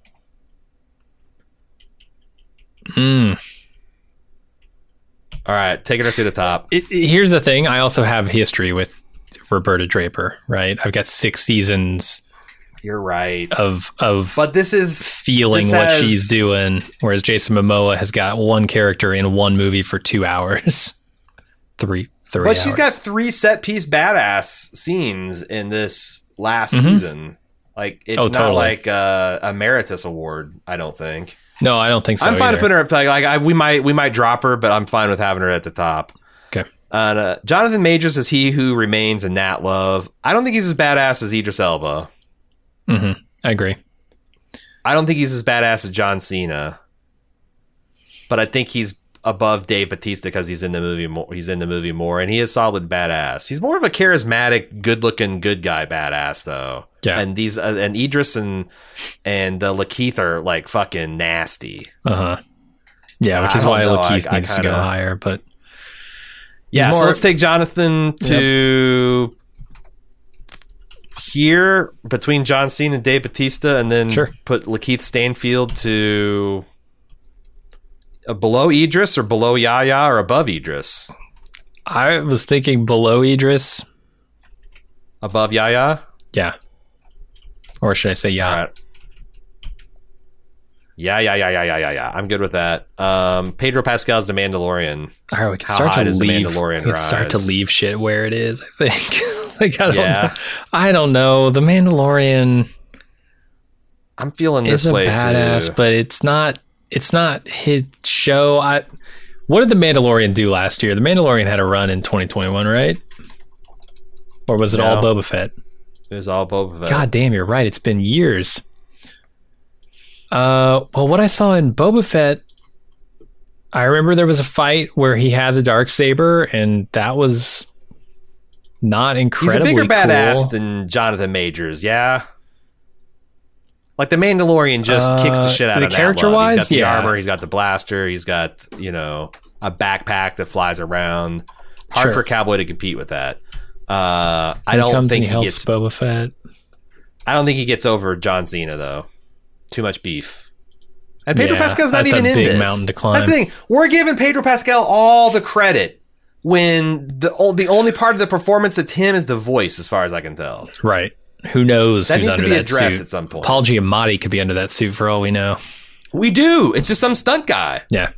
Speaker 2: Hmm.
Speaker 1: All right, taking her to the top.
Speaker 2: it, it- here's the thing i also have history with roberta draper right i've got six seasons
Speaker 1: You're right.
Speaker 2: of of
Speaker 1: but this is
Speaker 2: feeling
Speaker 1: this
Speaker 2: what
Speaker 1: has-
Speaker 2: she's doing whereas jason momoa has got one character in one movie for two hours three three
Speaker 1: But she's got
Speaker 2: hours.
Speaker 1: three set piece badass scenes in this last
Speaker 2: Mhm.
Speaker 1: season. Like it's
Speaker 2: Oh,
Speaker 1: not
Speaker 2: totally.
Speaker 1: like uh, a emeritus award, I don't think.
Speaker 2: no i don't think so
Speaker 1: I'm fine with
Speaker 2: either.
Speaker 1: putting her up. Like, like I, we might we might drop her, but I'm fine with having her at the top.
Speaker 2: Okay.
Speaker 1: And, uh, Jonathan Majors is he who remains in Nat Love. I don't think he's as badass as Idris Elba.
Speaker 2: Mhm. i agree
Speaker 1: I don't think he's as badass as John Cena. But I think he's above Dave Batista because he's in the movie more. He's in the movie more, and he is solid badass. He's more of a charismatic, good-looking, good guy badass though.
Speaker 2: Yeah.
Speaker 1: And these uh, and Idris and and uh, Lakeith are like fucking nasty.
Speaker 2: uh-huh yeah which
Speaker 1: I
Speaker 2: is
Speaker 1: don't
Speaker 2: why
Speaker 1: know.
Speaker 2: lakeith
Speaker 1: I- I
Speaker 2: needs to go
Speaker 1: kinda-
Speaker 2: higher but
Speaker 1: Yeah,
Speaker 2: He's
Speaker 1: so
Speaker 2: more-
Speaker 1: let's take Jonathan to here between John Cena and Dave Batista, and then
Speaker 2: Sure.
Speaker 1: put Lakeith Stanfield to uh, below Idris or below Yaya or above Idris.
Speaker 2: i was thinking below idris
Speaker 1: Above Yaya.
Speaker 2: yeah or should i say yeah
Speaker 1: All right. Yeah, yeah, yeah, yeah, yeah, yeah, yeah. I'm good with that. Um, Pedro Pascal's The Mandalorian.
Speaker 2: All right, we can
Speaker 1: How
Speaker 2: start
Speaker 1: high
Speaker 2: to
Speaker 1: does the
Speaker 2: leave.
Speaker 1: Mandalorian
Speaker 2: we can start to
Speaker 1: rise?
Speaker 2: leave shit where it is. I think. like I don't.
Speaker 1: Yeah.
Speaker 2: Know. I don't know. The Mandalorian
Speaker 1: I'm feeling
Speaker 2: is
Speaker 1: this
Speaker 2: a
Speaker 1: way
Speaker 2: badass,
Speaker 1: too.
Speaker 2: but it's not. It's not his show. I. What did the Mandalorian do last year? The Mandalorian had a run in 2021, right? Or was it all
Speaker 1: No.
Speaker 2: Boba Fett?
Speaker 1: It was all Boba Fett.
Speaker 2: God damn, you're right. It's been years. Uh, well, what I saw in Boba Fett, I remember there was a fight where he had the dark saber, and that was not
Speaker 1: He's a
Speaker 2: incredibly
Speaker 1: bigger badass
Speaker 2: cool.
Speaker 1: than Jonathan Majors, yeah. Like the Mandalorian just
Speaker 2: Uh,
Speaker 1: kicks the shit out
Speaker 2: the
Speaker 1: of character wise. He's got
Speaker 2: character-wise,
Speaker 1: the
Speaker 2: yeah.
Speaker 1: armor, he's got the blaster, he's got you know a backpack that flies around. Hard
Speaker 2: Sure.
Speaker 1: for a cowboy to compete with that. Uh, I
Speaker 2: He
Speaker 1: don't
Speaker 2: comes and
Speaker 1: think
Speaker 2: he
Speaker 1: he
Speaker 2: helps
Speaker 1: gets.
Speaker 2: Boba Fett.
Speaker 1: I don't think he gets over John Cena though. Too much beef. And Pedro
Speaker 2: Yeah,
Speaker 1: Pascal's not
Speaker 2: that's a
Speaker 1: even in
Speaker 2: big
Speaker 1: this.
Speaker 2: mountain to climb.
Speaker 1: That's the thing. We're giving Pedro Pascal all the credit when the o- the only part of the performance that's him is the voice, as far as I can tell.
Speaker 2: Right. Who knows
Speaker 1: That
Speaker 2: who's
Speaker 1: needs to
Speaker 2: under
Speaker 1: be
Speaker 2: that
Speaker 1: addressed
Speaker 2: suit?
Speaker 1: at some point.
Speaker 2: Paul Giamatti could be under that suit for all we know.
Speaker 1: we do. It's just some stunt guy
Speaker 2: Yeah.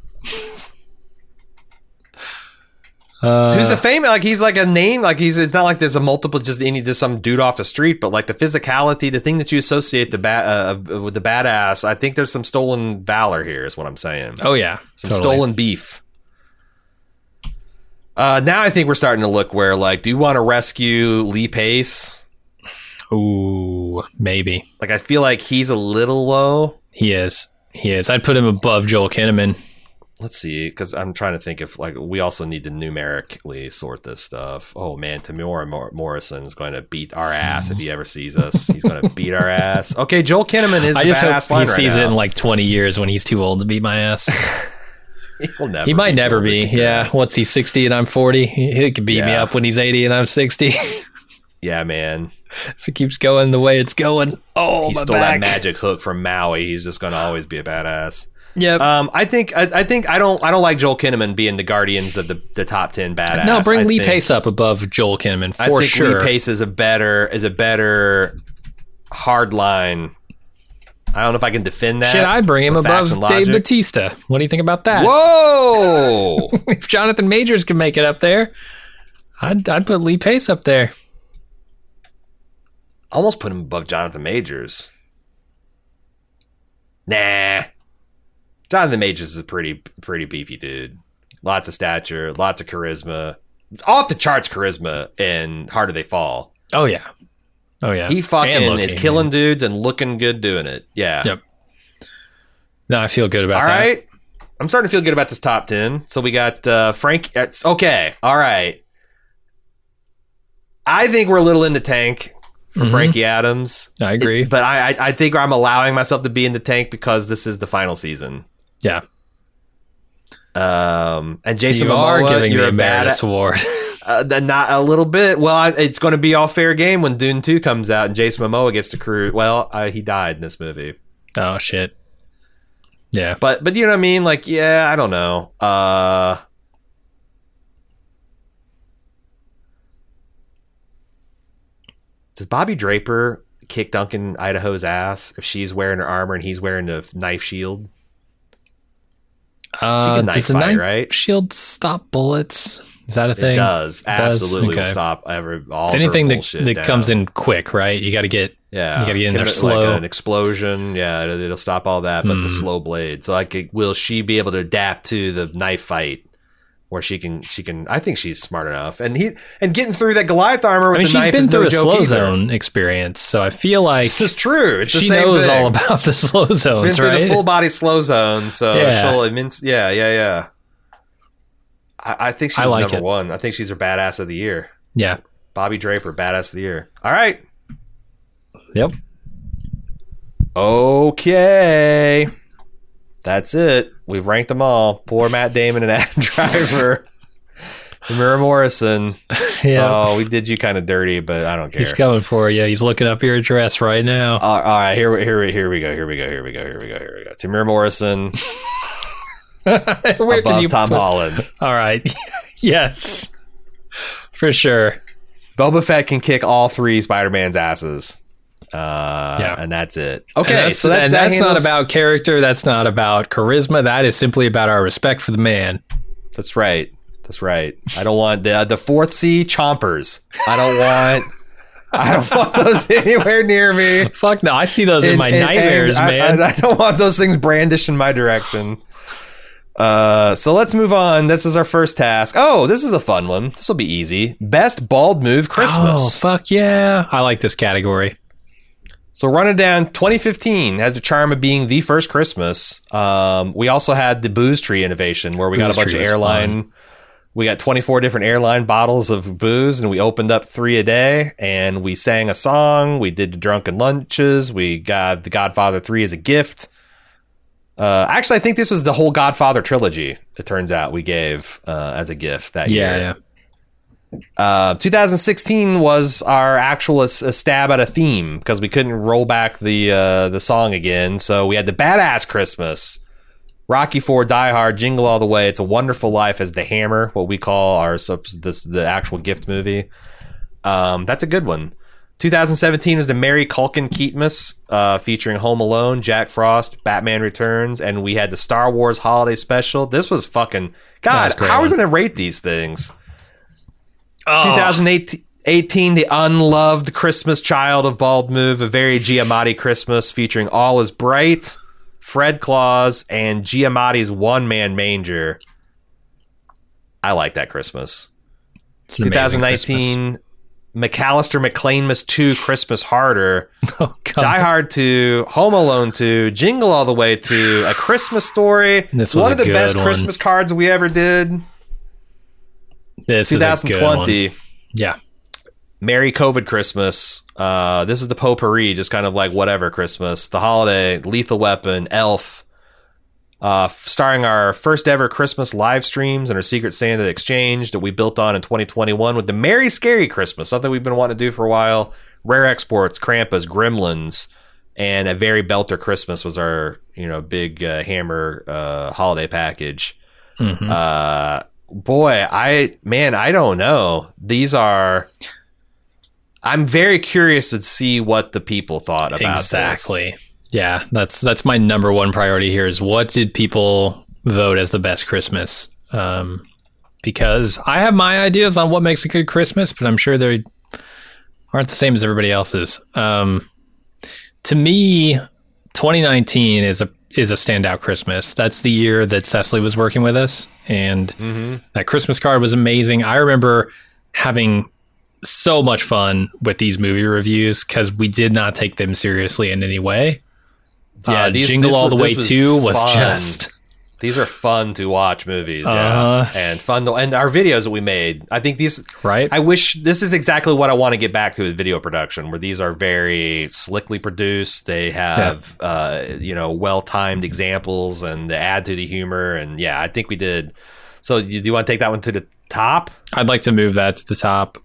Speaker 2: Uh,
Speaker 1: who's a famous. Like he's like a name. Like he's. It's not like there's a multiple. Just any. Just some dude off the street. But like the physicality, the thing that you associate the bat uh, with the badass. I think there's some stolen valor here. Is what I'm saying.
Speaker 2: oh yeah,
Speaker 1: some
Speaker 2: totally.
Speaker 1: stolen beef. Uh, now I think we're starting to look where like, do you want to rescue Lee Pace?
Speaker 2: Ooh, maybe.
Speaker 1: Like I feel like he's a little low.
Speaker 2: He is. He is. I'd put him above Joel Kinnaman.
Speaker 1: let's see because i'm trying to think if like we also need to numerically sort this stuff oh man tamora Mor- morrison is going to beat our ass if he ever sees us he's going to beat our ass okay joel kinneman is the
Speaker 2: I just
Speaker 1: badass
Speaker 2: hope
Speaker 1: line
Speaker 2: he
Speaker 1: right
Speaker 2: sees
Speaker 1: now.
Speaker 2: it in like 20 years when he's too old to beat my ass.
Speaker 1: He'll never
Speaker 2: he might
Speaker 1: beat
Speaker 2: never
Speaker 1: Joel
Speaker 2: be.
Speaker 1: Kinnaman.
Speaker 2: Yeah. What's he, 60 and I'm 40? He he could beat me
Speaker 1: Yeah.
Speaker 2: up when he's 80 and I'm 60. if
Speaker 1: yeah man
Speaker 2: it keeps going the way it's going. Oh,
Speaker 1: he
Speaker 2: my
Speaker 1: stole
Speaker 2: back.
Speaker 1: that magic hook from maui he's just going to always be a badass
Speaker 2: Yep.
Speaker 1: um i think I, I think i don't i don't like joel kinneman being the guardians of the, the top 10 badass
Speaker 2: no, bring
Speaker 1: I
Speaker 2: Lee
Speaker 1: think-
Speaker 2: Pace up above Joel Kinnaman for
Speaker 1: I think
Speaker 2: sure.
Speaker 1: Lee Pace is a better is a better hard line. I don't know if I can defend that.
Speaker 2: Shit, I'd bring him
Speaker 1: with
Speaker 2: above
Speaker 1: facts and
Speaker 2: Dave
Speaker 1: logic.
Speaker 2: Batista. What do you think about that?
Speaker 1: Whoa!
Speaker 2: If Jonathan Majors can make it up there, I'd, I'd put Lee Pace up there.
Speaker 1: almost put him above Jonathan Majors. Nah. Jonathan Majors is a pretty pretty beefy dude. Lots of stature, lots of charisma. Off the charts charisma in Harder They Fall.
Speaker 2: Oh yeah. Oh yeah.
Speaker 1: He
Speaker 2: And
Speaker 1: fucking
Speaker 2: looking,
Speaker 1: is killing dudes and looking good doing it. Yeah.
Speaker 2: Yep. No, I feel good about
Speaker 1: All
Speaker 2: that.
Speaker 1: right. I'm starting to feel good about this top 10. So we got uh, Frank. It's, okay. All right. I think we're a little in the tank for
Speaker 2: Mhm.
Speaker 1: Frankie Adams.
Speaker 2: I agree.
Speaker 1: But I, I, I think I'm allowing myself to be in the tank because this is the final season.
Speaker 2: yeah.
Speaker 1: Um, and Jason
Speaker 2: you
Speaker 1: Momoa,
Speaker 2: are giving
Speaker 1: you're
Speaker 2: the
Speaker 1: a bad,
Speaker 2: emeritus award.
Speaker 1: uh, th- not a little bit. Well, I, it's going to be all fair game when Dune Two comes out and Jason Momoa gets to crew. Well, uh, he died in this movie,
Speaker 2: oh shit. Yeah.
Speaker 1: but but you know what I mean? Like, yeah, I don't know. Uh, does Bobby Draper kick Duncan Idaho's ass if she's wearing her armor and he's wearing the knife shield?
Speaker 2: Uh,
Speaker 1: can knife
Speaker 2: does the
Speaker 1: fight,
Speaker 2: knife
Speaker 1: right?
Speaker 2: shield stop bullets? Is that a thing?
Speaker 1: It does
Speaker 2: does?
Speaker 1: absolutely will
Speaker 2: Okay.
Speaker 1: stop every all.
Speaker 2: It's
Speaker 1: of her
Speaker 2: anything that,
Speaker 1: bullshit
Speaker 2: that
Speaker 1: down.
Speaker 2: comes in quick, right? You got to get.
Speaker 1: Yeah,
Speaker 2: you gotta get in there
Speaker 1: Commit,
Speaker 2: slow.
Speaker 1: Like an explosion, yeah, it- it'll stop all that. But the
Speaker 2: Hmm.
Speaker 1: slow blade. So like, it- will she be able to adapt to the knife fight? Where she can, she can. I think she's smart enough, and he and getting through that Goliath armor
Speaker 2: I
Speaker 1: with
Speaker 2: mean,
Speaker 1: the
Speaker 2: she's
Speaker 1: knife
Speaker 2: been
Speaker 1: is
Speaker 2: through
Speaker 1: no
Speaker 2: a
Speaker 1: joke
Speaker 2: slow
Speaker 1: either.
Speaker 2: zone experience, so I feel like
Speaker 1: This is true. It's the
Speaker 2: she
Speaker 1: same
Speaker 2: knows
Speaker 1: thing.
Speaker 2: all about the slow
Speaker 1: She's been
Speaker 2: zones,
Speaker 1: through
Speaker 2: right?
Speaker 1: the full body slow zone, so
Speaker 2: Yeah.
Speaker 1: she'll immense. Yeah, yeah, yeah. I, I think she's
Speaker 2: I like
Speaker 1: number
Speaker 2: it.
Speaker 1: one. I think she's her badass of the year.
Speaker 2: yeah.
Speaker 1: Bobby Draper, badass of the year. All right.
Speaker 2: Yep.
Speaker 1: Okay. That's it. We've ranked them all. Poor Matt Damon and Adam Driver. Mira Morrison.
Speaker 2: Yeah.
Speaker 1: Oh, we did you kind of dirty, but I don't care.
Speaker 2: He's coming for you. He's looking up your address right now.
Speaker 1: all all right, here, we- here, we- here we go. Here we go. Here we go. Here we go. Here we go. Tamir Morrison
Speaker 2: Where
Speaker 1: above Tom
Speaker 2: put-
Speaker 1: Holland.
Speaker 2: All right. yes. For sure.
Speaker 1: Boba Fett can kick all three Spider-Man's asses. Uh,
Speaker 2: Yeah.
Speaker 1: and that's it.
Speaker 2: And
Speaker 1: Okay,
Speaker 2: that's,
Speaker 1: so that,
Speaker 2: and
Speaker 1: that
Speaker 2: that's
Speaker 1: handles-
Speaker 2: not about character. That's not about charisma. That is simply about our respect for the man.
Speaker 1: That's right. That's right. I don't want the the fourth C chompers. I don't want. I don't want those anywhere near me.
Speaker 2: Fuck no. I see those in, my
Speaker 1: And- and-
Speaker 2: nightmares,
Speaker 1: and I-
Speaker 2: man.
Speaker 1: I, I don't want those things brandished in my direction. Uh, so let's move on. This is our first task. Oh, this is a fun one. This will be easy. Best bald move
Speaker 2: Oh,
Speaker 1: Christmas.
Speaker 2: fuck yeah. I like this category.
Speaker 1: So running down 2015 has the charm of being the first Christmas. Um, we also had the booze tree innovation where we got
Speaker 2: Booze
Speaker 1: a bunch
Speaker 2: tree
Speaker 1: of
Speaker 2: was
Speaker 1: airline. We got 24 different airline bottles of booze and we opened up three a day and we sang a song. We did the drunken lunches. We got the Godfather 3 as a gift. Uh, actually, I think this was the whole Godfather trilogy. It turns out we gave uh, as a gift that year.
Speaker 2: Yeah, yeah.
Speaker 1: Uh, 2016 was our actual s- a stab at a theme because we couldn't roll back the uh, the song again. So we had the badass Christmas, Rocky Four, Die Hard, Jingle All the Way. It's a Wonderful Life as the hammer, what we call our sub- this the actual gift movie. Um, that's a good one. 2017 is the Mary Culkin Keatmas, uh, featuring Home Alone, Jack Frost, Batman Returns, and we had the Star Wars Holiday Special. This was fucking
Speaker 2: was
Speaker 1: God.
Speaker 2: a great
Speaker 1: How are we
Speaker 2: one.
Speaker 1: going to rate these things?
Speaker 2: Oh,
Speaker 1: 2018, the unloved Christmas child of Bald Move, a very Giamatti Christmas featuring All Is Bright, Fred Claus, and Giamatti's One Man Manger. I like that Christmas.
Speaker 2: Oh, it's an
Speaker 1: 2019,
Speaker 2: amazing
Speaker 1: McAllister McLeanmas 2 Christmas Harder,
Speaker 2: Christmas. Oh, God.
Speaker 1: Die Hard 2, Home Alone 2, Jingle All the Way 2, A Christmas Story.
Speaker 2: This was
Speaker 1: one
Speaker 2: a
Speaker 1: of the
Speaker 2: good
Speaker 1: best
Speaker 2: one.
Speaker 1: Christmas cards we ever did.
Speaker 2: This is a good one.
Speaker 1: 2020.
Speaker 2: Yeah.
Speaker 1: Merry COVID Christmas. Uh, this is the potpourri, just kind of like whatever Christmas. The holiday, Lethal Weapon, Elf, uh, f- starring our first ever Christmas live streams and our Secret Santa exchange that we built on in 2021 with the Merry Scary Christmas, something we've been wanting to do for a while. Rare exports, Krampus, Gremlins, and a very belter Christmas was our you know big uh, hammer uh, holiday package.
Speaker 2: Mhm.
Speaker 1: Uh, boy, I man, I don't know. These are. I'm very curious to see what the people thought about this.
Speaker 2: exactly yeah that's that's my number one priority here is what did people vote as the best christmas um because i have my ideas on what makes a good christmas but i'm sure there aren't the same as everybody else's. Um, to me, 2019 is a is a standout Christmas. That's the year that Cecily was working with us, and
Speaker 1: Mm-hmm.
Speaker 2: that Christmas card was amazing. I remember having so much fun with these movie reviews because we did not take them seriously in any way.
Speaker 1: Yeah,
Speaker 2: uh,
Speaker 1: these-
Speaker 2: Jingle
Speaker 1: this
Speaker 2: All
Speaker 1: was-
Speaker 2: the
Speaker 1: this
Speaker 2: Way
Speaker 1: was
Speaker 2: Two was
Speaker 1: fun.
Speaker 2: just
Speaker 1: These are fun to watch movies,
Speaker 2: Uh-huh.
Speaker 1: yeah, and fun to and our videos that we made. I think these.
Speaker 2: right.
Speaker 1: I wish this is exactly what I want to get back to with video production, where these are very slickly produced. They have, uh, you know, well timed examples and they add to the humor. And yeah, I think we did. So, you, do you want to take that one to the top?
Speaker 2: I'd like to move that to the top.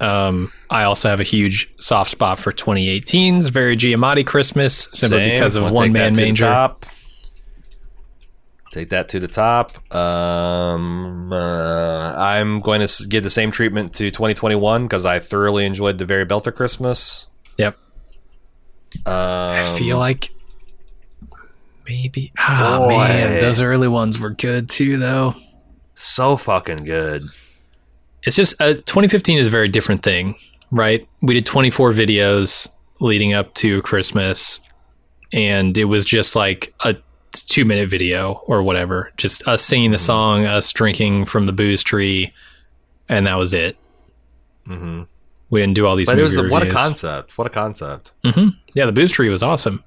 Speaker 2: Um, I also have a huge soft spot for 2018's very Giamatti Christmas, simply
Speaker 1: Same.
Speaker 2: because of
Speaker 1: Wanna
Speaker 2: One
Speaker 1: take that
Speaker 2: Man
Speaker 1: to the
Speaker 2: Manger.
Speaker 1: top. Take that to the top. Um, uh, I'm going to s- give the same treatment to 2021 because I thoroughly enjoyed the very Belter Christmas.
Speaker 2: Yep.
Speaker 1: Um,
Speaker 2: I feel like maybe. Oh,
Speaker 1: boy.
Speaker 2: man. Those early ones were good too, though.
Speaker 1: so fucking good.
Speaker 2: It's just uh, 2015 is a very different thing, right? We did 24 videos leading up to Christmas, and it was just like a two minute video or whatever. Just us singing
Speaker 1: Mm-hmm.
Speaker 2: the song, us drinking from the booze tree, and that was it.
Speaker 1: hmm
Speaker 2: we didn't do all these.
Speaker 1: But it was
Speaker 2: movie
Speaker 1: what a
Speaker 2: reviews.
Speaker 1: concept. What a concept.
Speaker 2: Mhm. Yeah, the booze tree was awesome.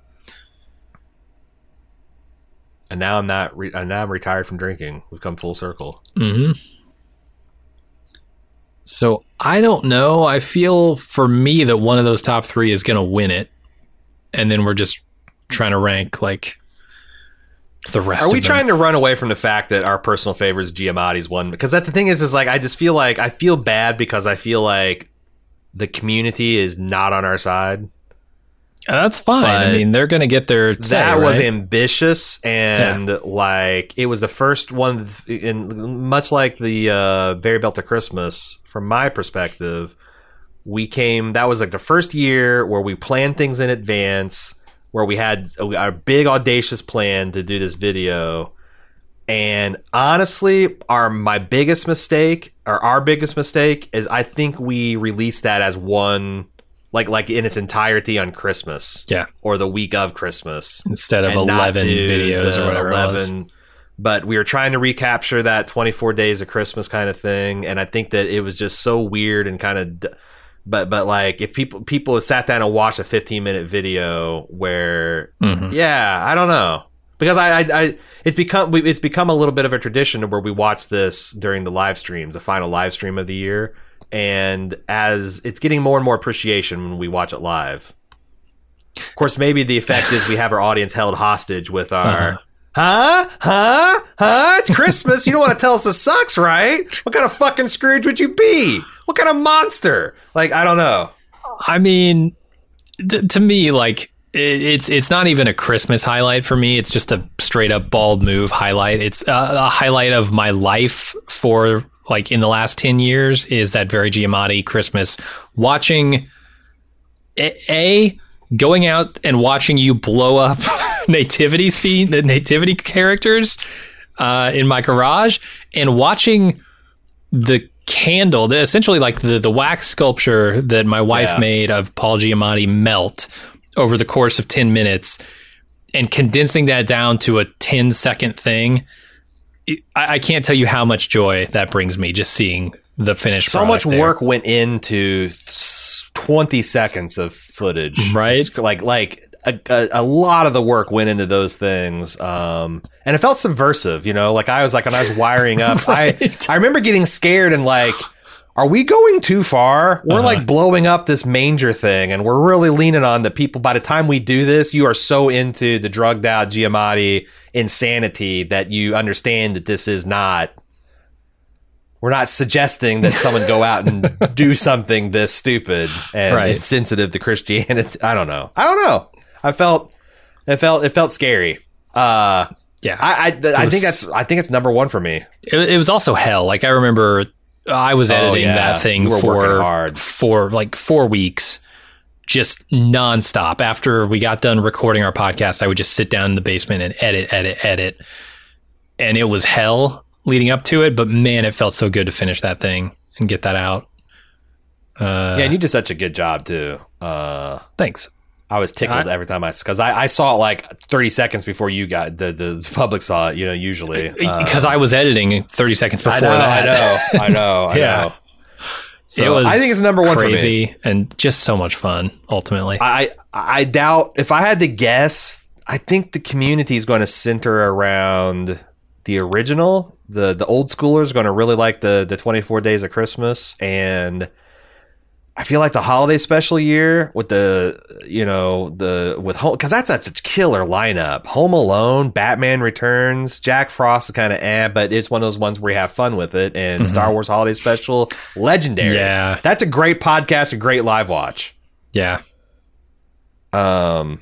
Speaker 1: And now I'm not. Re- and now I'm retired from drinking. We've come full circle.
Speaker 2: hmm So I don't know. I feel for me that one of those top three is going to win it, and then we're just trying to rank like the rest.
Speaker 1: Are we
Speaker 2: of them.
Speaker 1: trying to run away from the fact that our personal favorite is Giamatti's one? Because that the thing is, is like I just feel like I feel bad because I feel like the community is not on our side.
Speaker 2: Uh, That's fine. I
Speaker 1: But
Speaker 2: mean, they're going to get their. say,
Speaker 1: that was
Speaker 2: right?
Speaker 1: ambitious and like it was the first one th- in much like the uh very belt to christmas from my perspective we came that was like the first year where we planned things in advance where we had our big audacious plan to do this video and honestly our my biggest mistake or our biggest mistake is i think we released that as one like like in its entirety on christmas
Speaker 2: Yeah.
Speaker 1: or the week of christmas
Speaker 2: instead of
Speaker 1: and not
Speaker 2: eleven
Speaker 1: do
Speaker 2: videos
Speaker 1: the
Speaker 2: or whatever. it was.
Speaker 1: But we were trying to recapture that 24 days of Christmas kind of thing, and I think that it was just so weird and kind of. d- But but like if people people sat down and watched a 15 minute video where
Speaker 2: Mhm.
Speaker 1: Mm-hmm. yeah I don't know because I, I, I it's become we- it's become a little bit of a tradition where we watch this during the live streams the final live stream of the year and as it's getting more and more appreciation when we watch it live of course maybe the effect is we have our audience held hostage with our huh huh huh it's christmas you don't want to tell us this sucks right what kind of fucking scrooge would you be what kind of monster like i don't know
Speaker 2: I mean, t- to me, like it, it's it's not even a Christmas highlight for me. It's just a straight up bald move highlight. It's a, a highlight of my life for like in the last ten years is that very Giamatti Christmas watching a, a going out and watching you blow up nativity scene the nativity characters uh, in my garage and watching the candle, the, essentially like the, the wax sculpture that my wife
Speaker 1: Yeah.
Speaker 2: made of Paul Giamatti melt over the course of 10 minutes and condensing that down to a 10 second thing. it- I, I can't tell you how much joy that brings me just seeing the finished
Speaker 1: so
Speaker 2: product
Speaker 1: much
Speaker 2: there.
Speaker 1: work went into s- 20 seconds of footage
Speaker 2: Right.
Speaker 1: It's like like a, a, a lot of the work went into those things um and it felt subversive you know like i was like when i was wiring up
Speaker 2: Right.
Speaker 1: i i remember getting scared and like are we going too far? We're
Speaker 2: Uh-huh.
Speaker 1: like blowing up this manger thing, and we're really leaning on the people. By the time we do this, you are so into the drugged out Giamatti insanity that you understand that this is not we're not suggesting that someone go out and do something this stupid and
Speaker 2: Right.
Speaker 1: insensitive to Christianity. I don't know. I don't know. I felt it felt it felt scary. Uh,
Speaker 2: Yeah.
Speaker 1: I I, I
Speaker 2: was- Uh-huh.
Speaker 1: think that's I think it's number one for me.
Speaker 2: it, it was also hell. Like I remember I was
Speaker 1: Oh,
Speaker 2: editing
Speaker 1: yeah.
Speaker 2: that thing
Speaker 1: You were
Speaker 2: for
Speaker 1: working hard.
Speaker 2: for like four weeks, just nonstop. After we got done recording our podcast, I would just sit down in the basement and edit, edit, edit, and it was hell leading up to it. But man, it felt so good to finish that thing and get that out. Uh,
Speaker 1: yeah, and you did such a good job too. Uh,
Speaker 2: thanks.
Speaker 1: I was tickled
Speaker 2: I-
Speaker 1: every time I because I, I saw it like 30 seconds before you got the the public saw it. You know, usually uh,
Speaker 2: Because I was editing 30 seconds before
Speaker 1: I know,
Speaker 2: that.
Speaker 1: I know, I know, I
Speaker 2: Yeah.
Speaker 1: know. So I think it's number one for me.
Speaker 2: crazy and just so much fun. Ultimately,
Speaker 1: I I doubt if I had to guess, I think the community is going to center around the original. The the old schoolers are going to really like the the 24 days of Christmas and I feel like the holiday special year with the you know the with home because that's that's a killer lineup. Home Alone, Batman Returns, Jack Frost is kind of eh, but it's one of those ones where you have fun with it. And
Speaker 2: Mhm.
Speaker 1: Star Wars Holiday Special, legendary.
Speaker 2: yeah,
Speaker 1: That's a great podcast, a great live watch
Speaker 2: yeah,
Speaker 1: um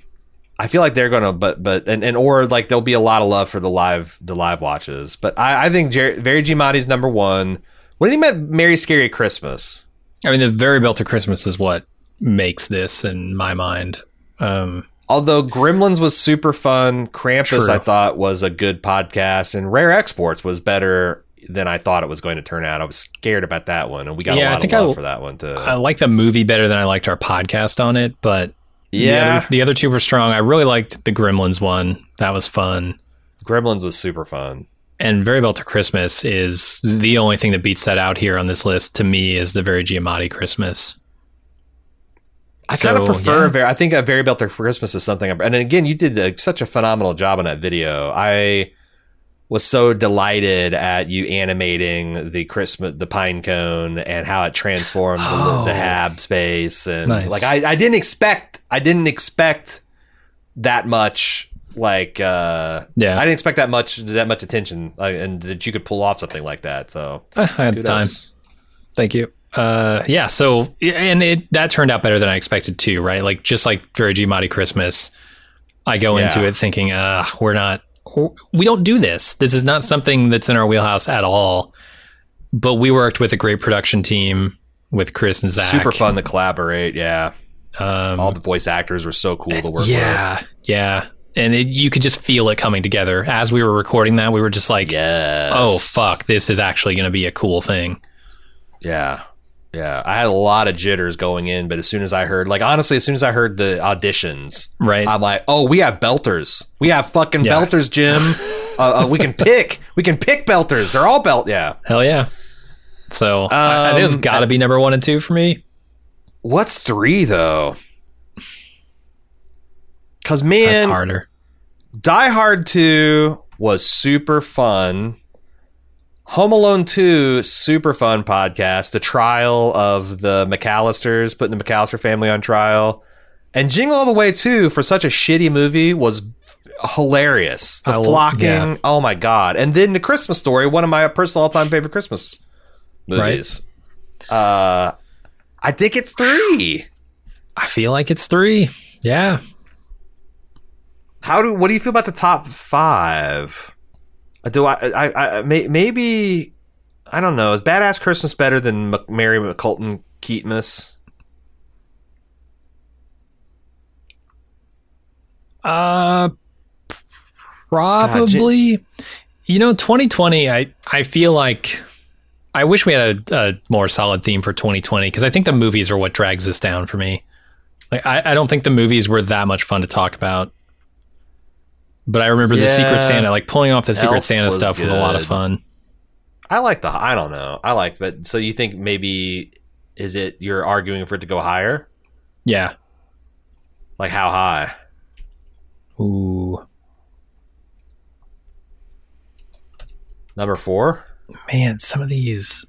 Speaker 1: i feel like they're gonna but but and, and or like there'll be a lot of love for the live the live watches but i i think Jer- very gmati's number one what do you mean merry scary christmas
Speaker 2: I mean, the very built to Christmas is what makes this in my mind. Um,
Speaker 1: although gremlins was super fun krampus
Speaker 2: True.
Speaker 1: i thought was a good podcast and rare exports was better than i thought it was going to turn out i was scared about that one and we got
Speaker 2: Yeah, I
Speaker 1: a lot
Speaker 2: think
Speaker 1: of
Speaker 2: I
Speaker 1: love
Speaker 2: will-
Speaker 1: for that one too
Speaker 2: I like the movie better than I liked our podcast on it, but the
Speaker 1: yeah
Speaker 2: other, the other two were strong. I really liked the Gremlins one; that was fun.
Speaker 1: gremlins was super fun
Speaker 2: And Very Built to Christmas is the only thing that beats that out here on this list to me is the Very Giamatti Christmas.
Speaker 1: I kind of
Speaker 2: So,
Speaker 1: prefer
Speaker 2: yeah.
Speaker 1: a very. I think a very built for Christmas is something. I'm, and again, you did a, such a phenomenal job on that video. I was so delighted at you animating the Christmas, the pine cone, and how it transformed
Speaker 2: Oh.
Speaker 1: the, the hab space. And
Speaker 2: Nice.
Speaker 1: like, I, I didn't expect. I didn't expect that much. Like, uh,
Speaker 2: Yeah,
Speaker 1: I
Speaker 2: I,
Speaker 1: didn't expect that much that much attention, uh, and that you could pull off something like that. So,
Speaker 2: Eh, I had the time.
Speaker 1: kudos.
Speaker 2: Thank you. Uh, yeah. So, and it that turned out better than I expected too, right? Like just like Very Giamatti Christmas, I go
Speaker 1: Yeah.
Speaker 2: into it thinking, uh, we're not, we don't do this. This is not something that's in our wheelhouse at all. But we worked with a great production team with Chris and Zach.
Speaker 1: super fun to collaborate. Yeah,
Speaker 2: Um,
Speaker 1: all the voice actors were so cool to work with.
Speaker 2: Uh, yeah, yeah, and it, you could just feel it coming together as we were recording that. We were just like,
Speaker 1: Yes.
Speaker 2: oh fuck, this is actually going to be a cool thing.
Speaker 1: Yeah. Yeah. I had a lot of jitters going in, but as soon as I heard, like, honestly, as soon as I heard the auditions,
Speaker 2: Right.
Speaker 1: I'm like, oh, we have belters. We have fucking
Speaker 2: Yeah.
Speaker 1: belters, Jim. uh, uh, we can pick. We can pick belters. They're all belt. Yeah.
Speaker 2: Hell yeah. So I, I think it's
Speaker 1: Um,
Speaker 2: got to be number one and two for me.
Speaker 1: What's three, though? Because,
Speaker 2: That's
Speaker 1: man,
Speaker 2: harder.
Speaker 1: Die Hard 2 was super fun. Home Alone 2, super fun podcast. The trial of the McAllisters, putting the McAllister family on trial. And Jingle All the Way 2, for such a shitty movie, was hilarious. The
Speaker 2: I will-
Speaker 1: flocking,
Speaker 2: yeah.
Speaker 1: oh my God. And then The Christmas Story, one of my personal all time favorite Christmas movies. Uh, I think it's three.
Speaker 2: I feel like it's three. Yeah.
Speaker 1: How do what do you feel about the top five? Uh, Do I I, I, I may, maybe I don't know. Is Badass Christmas better than Mc, Mary McColton Keatmas?
Speaker 2: Uh, probably. you know, 2020. I I feel like I wish we had a, a more solid theme for 2020 because I think the movies are what drags us down for me. Like I, I don't think the movies were that much fun to talk about. But I remember the
Speaker 1: Yeah.
Speaker 2: Secret Santa, like pulling off the Secret
Speaker 1: Elf
Speaker 2: Santa
Speaker 1: was
Speaker 2: stuff was a lot of
Speaker 1: good.
Speaker 2: fun.
Speaker 1: I like the I don't know. I like but so you think maybe is it you're arguing for it to go higher?
Speaker 2: Yeah.
Speaker 1: Like how high?
Speaker 2: Ooh,
Speaker 1: Number 4?
Speaker 2: man, some of these.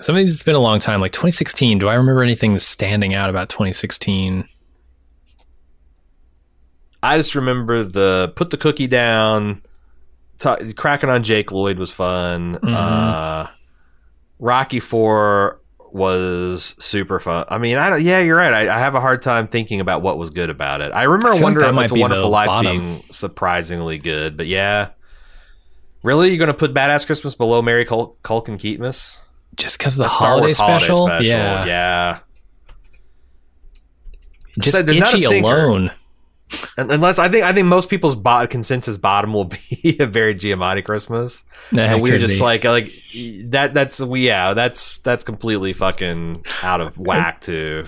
Speaker 2: Some of these, it's been a long time. Like 2016, do I remember anything standing out about 2016?
Speaker 1: I just remember the put the cookie down, t- cracking on Jake Lloyd was fun.
Speaker 2: Mm-hmm.
Speaker 1: Uh, Rocky Four was super fun. I mean, I don't. Yeah, you're right. I, I have a hard time thinking about what was good about it. I remember
Speaker 2: I feel like
Speaker 1: wondering
Speaker 2: that might
Speaker 1: It's a
Speaker 2: be
Speaker 1: Wonderful
Speaker 2: the
Speaker 1: Life
Speaker 2: bottom.
Speaker 1: being surprisingly good, but yeah. Really, you're gonna put Badass Christmas below Mary Cul- Culkin Keatmas?
Speaker 2: Just because the
Speaker 1: That Star
Speaker 2: holiday
Speaker 1: Wars
Speaker 2: special?
Speaker 1: holiday special,
Speaker 2: Yeah.
Speaker 1: yeah.
Speaker 2: Just
Speaker 1: Said there's not a
Speaker 2: itchy
Speaker 1: stinker.
Speaker 2: alone.
Speaker 1: Un- Unless I think I think most people's bot consensus bottom will be a very Giamatti Christmas,
Speaker 2: Nah,
Speaker 1: and we
Speaker 2: could
Speaker 1: were just
Speaker 2: be.
Speaker 1: like like that. That's we yeah. That's that's completely fucking out of whack too.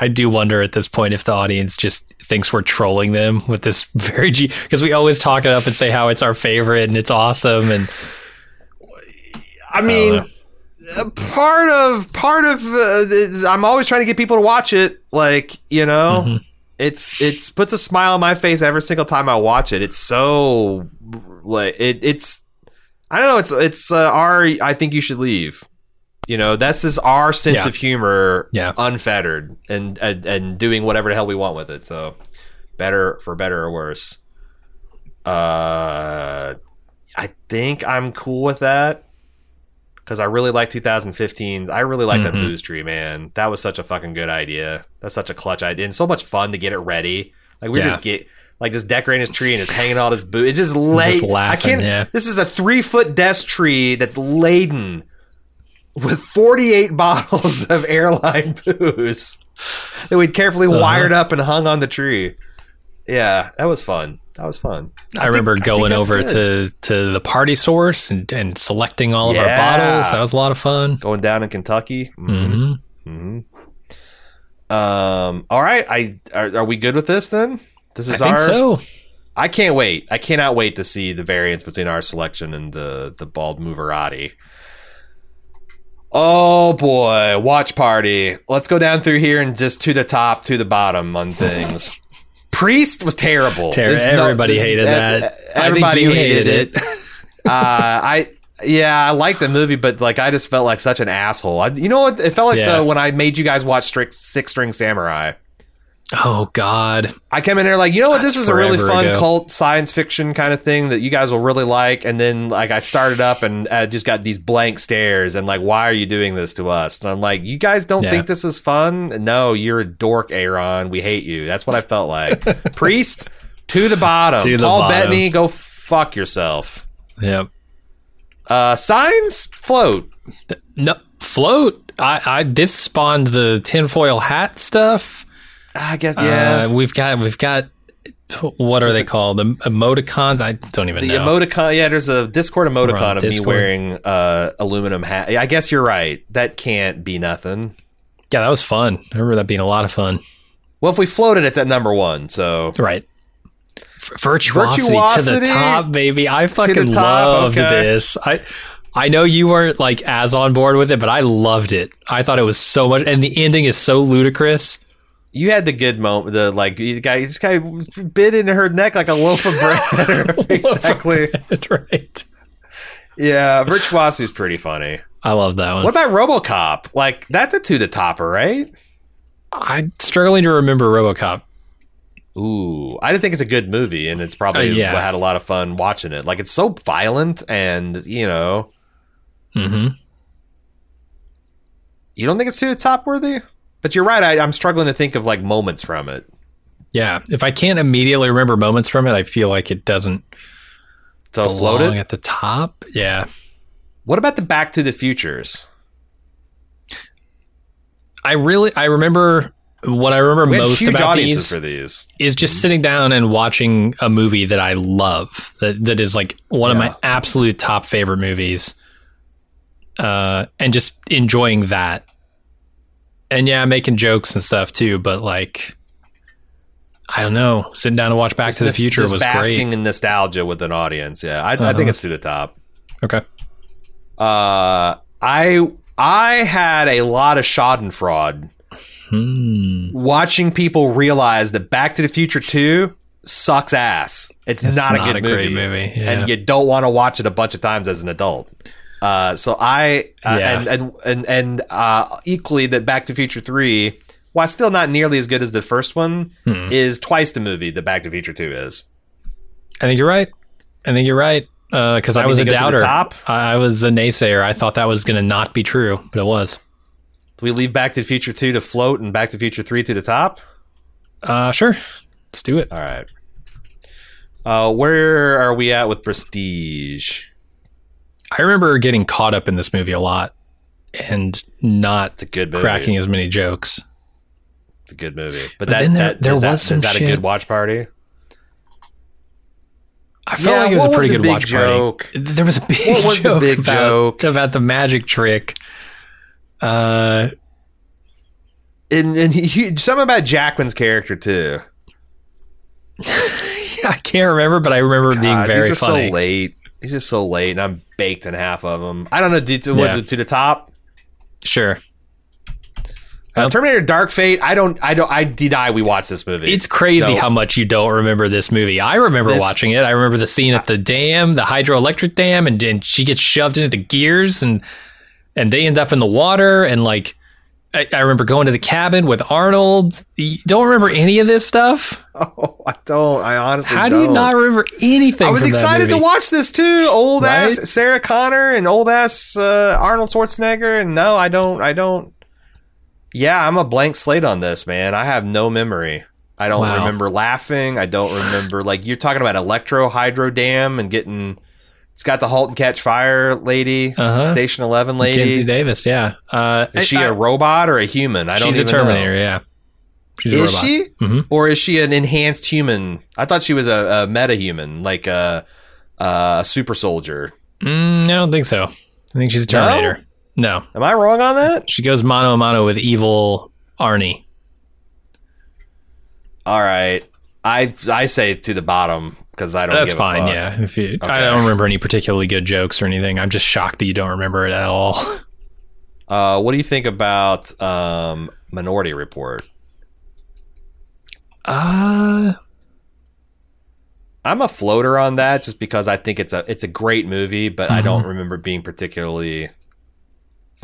Speaker 2: I do wonder at this point if the audience just thinks we're trolling them with this very G because we always talk it up and say how it's our favorite and it's awesome and
Speaker 1: I mean,
Speaker 2: know.
Speaker 1: uh, part of part of uh, is I'm always trying to get people to watch it. Like you know,
Speaker 2: Mm-hmm.
Speaker 1: it's it's puts a smile on my face every single time I watch it. It's so like it, it's I don't know. It's it's uh, our I think you should leave. You know, that's just our sense
Speaker 2: Yeah.
Speaker 1: of humor,
Speaker 2: Yeah.
Speaker 1: unfettered, and, and and doing whatever the hell we want with it. So better for better or worse. Uh, I think I'm cool with that because I really like 2015. I really like that
Speaker 2: Mhm.
Speaker 1: booze tree, man. That was such a fucking good idea. That's such a clutch idea and so much fun to get it ready. Like we
Speaker 2: Yeah.
Speaker 1: just get like just decorating his tree and just hanging all this booze. It's just laid. I
Speaker 2: laughing,
Speaker 1: can't.
Speaker 2: yeah.
Speaker 1: This is a three foot desk tree that's laden with 48 bottles of airline booze that we'd carefully
Speaker 2: Uh-huh.
Speaker 1: wired up and hung on the tree. Yeah, that was fun. That was fun.
Speaker 2: I, remember
Speaker 1: think- I think
Speaker 2: going
Speaker 1: that's
Speaker 2: over to to the party source and, and selecting all of
Speaker 1: Yeah.
Speaker 2: our bottles. That was a lot of fun.
Speaker 1: Going down in Kentucky. Mhm.
Speaker 2: hmm
Speaker 1: Um. All right. I are, are we good with this then? This
Speaker 2: I
Speaker 1: is
Speaker 2: think
Speaker 1: our.
Speaker 2: so.
Speaker 1: I can't wait. I cannot wait to see the variance between our selection and the the bald moverati. Oh boy, watch party. Let's go down through here and just to the top, to the bottom on things. Priest was terrible.
Speaker 2: Terry,
Speaker 1: There's no-
Speaker 2: everybody
Speaker 1: there's-
Speaker 2: hated
Speaker 1: ev-
Speaker 2: that. I
Speaker 1: Everybody
Speaker 2: think you
Speaker 1: hated,
Speaker 2: hated
Speaker 1: it. uh, I yeah, I liked the movie, but like I just felt like such an asshole. I, you know what? It felt like
Speaker 2: Yeah.
Speaker 1: the, when I made you guys watch Strict Six String Samurai.
Speaker 2: Oh God,
Speaker 1: I came in there like, you know what, this
Speaker 2: That's
Speaker 1: is a really
Speaker 2: forever
Speaker 1: fun
Speaker 2: ago.
Speaker 1: cult science fiction kind of thing that you guys will really like. And then like I started up and I just got these blank stares and like, why are you doing this to us? And I'm like, you guys don't
Speaker 2: Yeah.
Speaker 1: think this is fun? No, you're a dork, Aaron. We hate you. That's what I felt like. Priest to the bottom.
Speaker 2: To the
Speaker 1: Paul
Speaker 2: bottom.
Speaker 1: Bettany, go fuck yourself.
Speaker 2: yep.
Speaker 1: Uh, signs float.
Speaker 2: No float. I, I this spawned the tinfoil hat stuff.
Speaker 1: I guess
Speaker 2: Yeah,
Speaker 1: yeah.
Speaker 2: uh, we've got we've got what are they called? The emoticons. I don't even
Speaker 1: the
Speaker 2: know.
Speaker 1: emoticon, yeah. There's a Discord emoticon of
Speaker 2: Discord.
Speaker 1: me wearing uh aluminum hat. I guess you're right. That can't be nothing.
Speaker 2: yeah, that was fun. I remember that being a lot of fun.
Speaker 1: Well, if we floated, it's at number one. So
Speaker 2: Right. F- Virtuosity, to
Speaker 1: Virtuosity?
Speaker 2: the top, baby. I fucking
Speaker 1: top,
Speaker 2: loved
Speaker 1: okay.
Speaker 2: this. I I know you weren't like as on board with it, but I loved it. I thought it was so much and the ending is so ludicrous.
Speaker 1: you had the good moment. The like, the guy, this guy bit into her neck like a loaf of bread. exactly.
Speaker 2: right.
Speaker 1: Yeah, Virtuosity is pretty funny.
Speaker 2: I love that one.
Speaker 1: What about RoboCop? Like, that's a two to topper, right?
Speaker 2: I'm struggling to remember RoboCop.
Speaker 1: Ooh, I just think it's a good movie, and it's probably
Speaker 2: Uh, yeah.
Speaker 1: I had a lot of fun watching it. Like, it's so violent, and you know,
Speaker 2: Mhm.
Speaker 1: you don't think it's two to top worthy. But you're right. I, I'm struggling to think of like moments from it.
Speaker 2: Yeah, if I can't immediately remember moments from it, I feel like it doesn't
Speaker 1: So
Speaker 2: belong
Speaker 1: float it.
Speaker 2: at the top. Yeah.
Speaker 1: What about the Back to the Futures?
Speaker 2: I really I remember what I remember
Speaker 1: We had
Speaker 2: most
Speaker 1: huge
Speaker 2: about
Speaker 1: audiences
Speaker 2: these
Speaker 1: for these.
Speaker 2: is
Speaker 1: Mm-hmm.
Speaker 2: just sitting down and watching a movie that I love that that is like one
Speaker 1: Yeah.
Speaker 2: of my absolute top favorite movies, uh, and just enjoying that. And yeah, making jokes and stuff too, but like, I don't know. Sitting down and watch Back to the
Speaker 1: Just-
Speaker 2: Future
Speaker 1: just
Speaker 2: was
Speaker 1: basking
Speaker 2: great.
Speaker 1: in nostalgia with an audience. Yeah, I, I think
Speaker 2: Uh-huh.
Speaker 1: it's to the top.
Speaker 2: Okay,
Speaker 1: Uh, I I had a lot of Schadenfreude
Speaker 2: Hmm.
Speaker 1: watching people realize that Back to the Future Two sucks ass. It's,
Speaker 2: It's
Speaker 1: not, a
Speaker 2: not
Speaker 1: good
Speaker 2: a great
Speaker 1: movie,
Speaker 2: movie, yeah.
Speaker 1: and you don't want to watch it a bunch of times as an adult. Uh, so I uh,
Speaker 2: Yeah.
Speaker 1: and and and and uh, equally that Back to the Future Three, while still not nearly as good as the first one,
Speaker 2: Hmm.
Speaker 1: is twice the movie that Back to the Future Two is.
Speaker 2: I think you're right. I think you're right because
Speaker 1: So, I
Speaker 2: I
Speaker 1: mean,
Speaker 2: was
Speaker 1: to
Speaker 2: a
Speaker 1: get to the
Speaker 2: doubter. I
Speaker 1: top?
Speaker 2: I was the naysayer. I thought that was going to not be true, but it was.
Speaker 1: Do we leave Back to the Future 2 to float and Back to the Future 3 to the top?
Speaker 2: Uh, sure, let's do it.
Speaker 1: All right. Uh, where are we at with Prestige?
Speaker 2: I remember getting caught up in this movie a lot and not
Speaker 1: It's a good movie.
Speaker 2: cracking as many jokes.
Speaker 1: It's a good movie. But,
Speaker 2: But
Speaker 1: that,
Speaker 2: then there-
Speaker 1: that-
Speaker 2: there
Speaker 1: is that-
Speaker 2: was some
Speaker 1: is that a
Speaker 2: shit.
Speaker 1: good watch party?
Speaker 2: I felt
Speaker 1: Yeah,
Speaker 2: like it was
Speaker 1: what
Speaker 2: a
Speaker 1: was
Speaker 2: pretty
Speaker 1: the
Speaker 2: good
Speaker 1: big
Speaker 2: watch
Speaker 1: joke?
Speaker 2: party. There was a big
Speaker 1: What was the
Speaker 2: joke,
Speaker 1: big
Speaker 2: about,
Speaker 1: joke?
Speaker 2: about the magic trick. Uh,
Speaker 1: And and he, he, something about Jackman's character too.
Speaker 2: I can't remember, but I remember it being
Speaker 1: God,
Speaker 2: very
Speaker 1: Uh, these are
Speaker 2: funny.
Speaker 1: so late. These are so late, and I'm baked in half of them. I don't know. Do, to, what,
Speaker 2: Yeah.
Speaker 1: to the top,
Speaker 2: Sure,
Speaker 1: Uh,
Speaker 2: Yep.
Speaker 1: Terminator Dark Fate. I don't. I don't. I deny we watched this movie.
Speaker 2: it's crazy
Speaker 1: No.
Speaker 2: how much you don't remember this movie. I remember
Speaker 1: This-
Speaker 2: watching it. I remember the scene at the dam, the hydroelectric dam, and, and she gets shoved into the gears, and and they end up in the water, and like. I, I remember going to the cabin with Arnold. You don't remember any of this stuff.
Speaker 1: oh, I don't. I honestly.
Speaker 2: How do you
Speaker 1: don't.
Speaker 2: not remember anything?
Speaker 1: I was
Speaker 2: from that
Speaker 1: excited to
Speaker 2: movie?
Speaker 1: watch this too. Old
Speaker 2: Right?
Speaker 1: ass Sarah Connor and old ass uh, Arnold Schwarzenegger. And no, I don't. I don't. Yeah, I'm a blank slate on this, man. I have no memory. I don't
Speaker 2: Wow.
Speaker 1: remember laughing. I don't remember like you're talking about Electro Hydro Dam and getting. It's got the halt and catch fire lady,
Speaker 2: Uh-huh.
Speaker 1: Station Eleven
Speaker 2: Mackenzie
Speaker 1: lady.
Speaker 2: Davis, yeah. Uh,
Speaker 1: Is she
Speaker 2: I-
Speaker 1: a robot or a human? I don't.
Speaker 2: she's a
Speaker 1: even know.
Speaker 2: Terminator, yeah. She's
Speaker 1: is she?
Speaker 2: Mhm.
Speaker 1: Or is she an enhanced human? I thought she was a, a meta human, like a, a super soldier.
Speaker 2: Mm, I don't think so. I think she's a
Speaker 1: No?
Speaker 2: Terminator. No,
Speaker 1: Am I wrong on that?
Speaker 2: she goes mano a mano with evil Arnie.
Speaker 1: All right. I I say to the bottom because I don't.
Speaker 2: That's
Speaker 1: give a
Speaker 2: fine.
Speaker 1: fuck.
Speaker 2: Yeah. If you,
Speaker 1: Okay.
Speaker 2: I don't remember any particularly good jokes or anything. I'm just shocked that you don't remember it at all.
Speaker 1: Uh, what do you think about um, Minority Report?
Speaker 2: Uh,
Speaker 1: I'm a floater on that just because I think it's a it's a great movie, but I
Speaker 2: Mm-hmm.
Speaker 1: don't remember it being particularly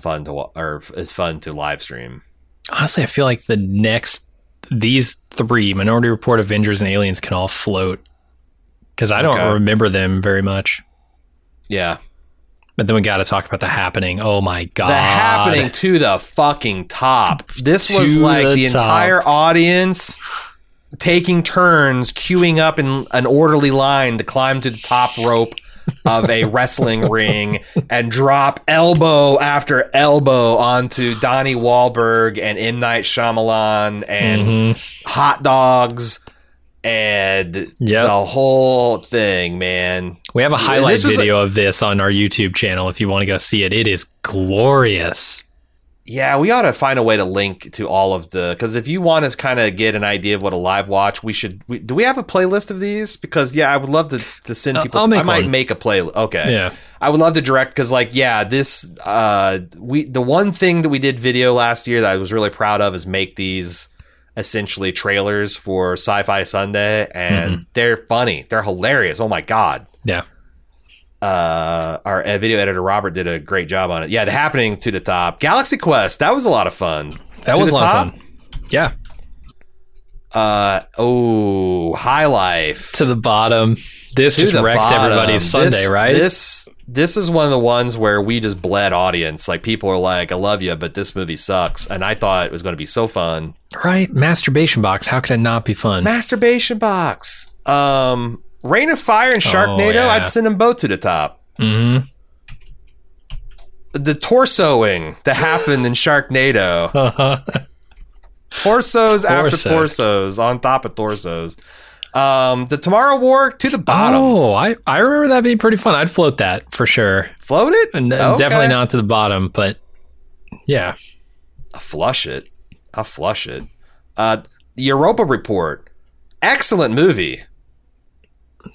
Speaker 1: fun to wa- or is fun to live stream.
Speaker 2: honestly, I feel like the next these three Minority Report, Avengers, and Aliens can all float because I don't
Speaker 1: Okay.
Speaker 2: remember them very much.
Speaker 1: Yeah,
Speaker 2: But then we got to talk about the happening. Oh my god!
Speaker 1: the happening to the fucking top. This
Speaker 2: To
Speaker 1: was like
Speaker 2: the
Speaker 1: the
Speaker 2: top.
Speaker 1: entire audience taking turns queuing up in an orderly line to climb to the top rope of a wrestling ring and drop elbow after elbow onto Donnie Wahlberg and M Night Shyamalan and
Speaker 2: Mhm.
Speaker 1: hot dogs and
Speaker 2: Yep.
Speaker 1: the whole thing, man.
Speaker 2: We have a highlight
Speaker 1: this was
Speaker 2: video of this on our YouTube channel if you want to go see it. It is glorious.
Speaker 1: Yeah, we ought to find a way to link to all of the because if you want to kind of get an idea of what a live watch, we should. We, do we have a playlist of these? Because yeah, I would love to, to send
Speaker 2: Uh,
Speaker 1: people.
Speaker 2: I'll
Speaker 1: I
Speaker 2: make
Speaker 1: might
Speaker 2: one.
Speaker 1: make a playlist. Okay,
Speaker 2: Yeah.
Speaker 1: I would love to direct because like yeah, this uh we the one thing that we did video last year that I was really proud of is make these essentially trailers for Sci-Fi Sunday,
Speaker 2: Mm-hmm.
Speaker 1: and they're funny, they're hilarious. Oh my god,
Speaker 2: Yeah.
Speaker 1: uh, our uh, video editor Robert did a great job on it. Yeah, the happening to the top. Galaxy Quest, that was a lot of fun.
Speaker 2: That
Speaker 1: To
Speaker 2: was a
Speaker 1: the
Speaker 2: lot
Speaker 1: top?
Speaker 2: of fun. Yeah.
Speaker 1: Uh oh, High Life.
Speaker 2: To the bottom. This
Speaker 1: To
Speaker 2: just
Speaker 1: the
Speaker 2: wrecked
Speaker 1: bottom.
Speaker 2: everybody's Sunday,
Speaker 1: This-
Speaker 2: right?
Speaker 1: This this is one of the ones where we just bled audience. Like people are like, "I love you, but this movie sucks." And I thought it was going to be so fun.
Speaker 2: right? Masturbation box. How could it not be fun?
Speaker 1: Masturbation box. Um, Rain of Fire and Sharknado.
Speaker 2: Oh, yeah.
Speaker 1: I'd send them both to the top.
Speaker 2: Mhm.
Speaker 1: The torsoing that happened in Sharknado. torsos after
Speaker 2: Torso.
Speaker 1: torsos on top of torsos. Um, the Tomorrow War to the bottom.
Speaker 2: Oh, I, I remember that being pretty fun. I'd float that for sure.
Speaker 1: Float it?
Speaker 2: And, and
Speaker 1: Okay.
Speaker 2: definitely not to the bottom, but yeah.
Speaker 1: I'll flush it. I'll flush it. Uh, the Europa Report. Excellent movie.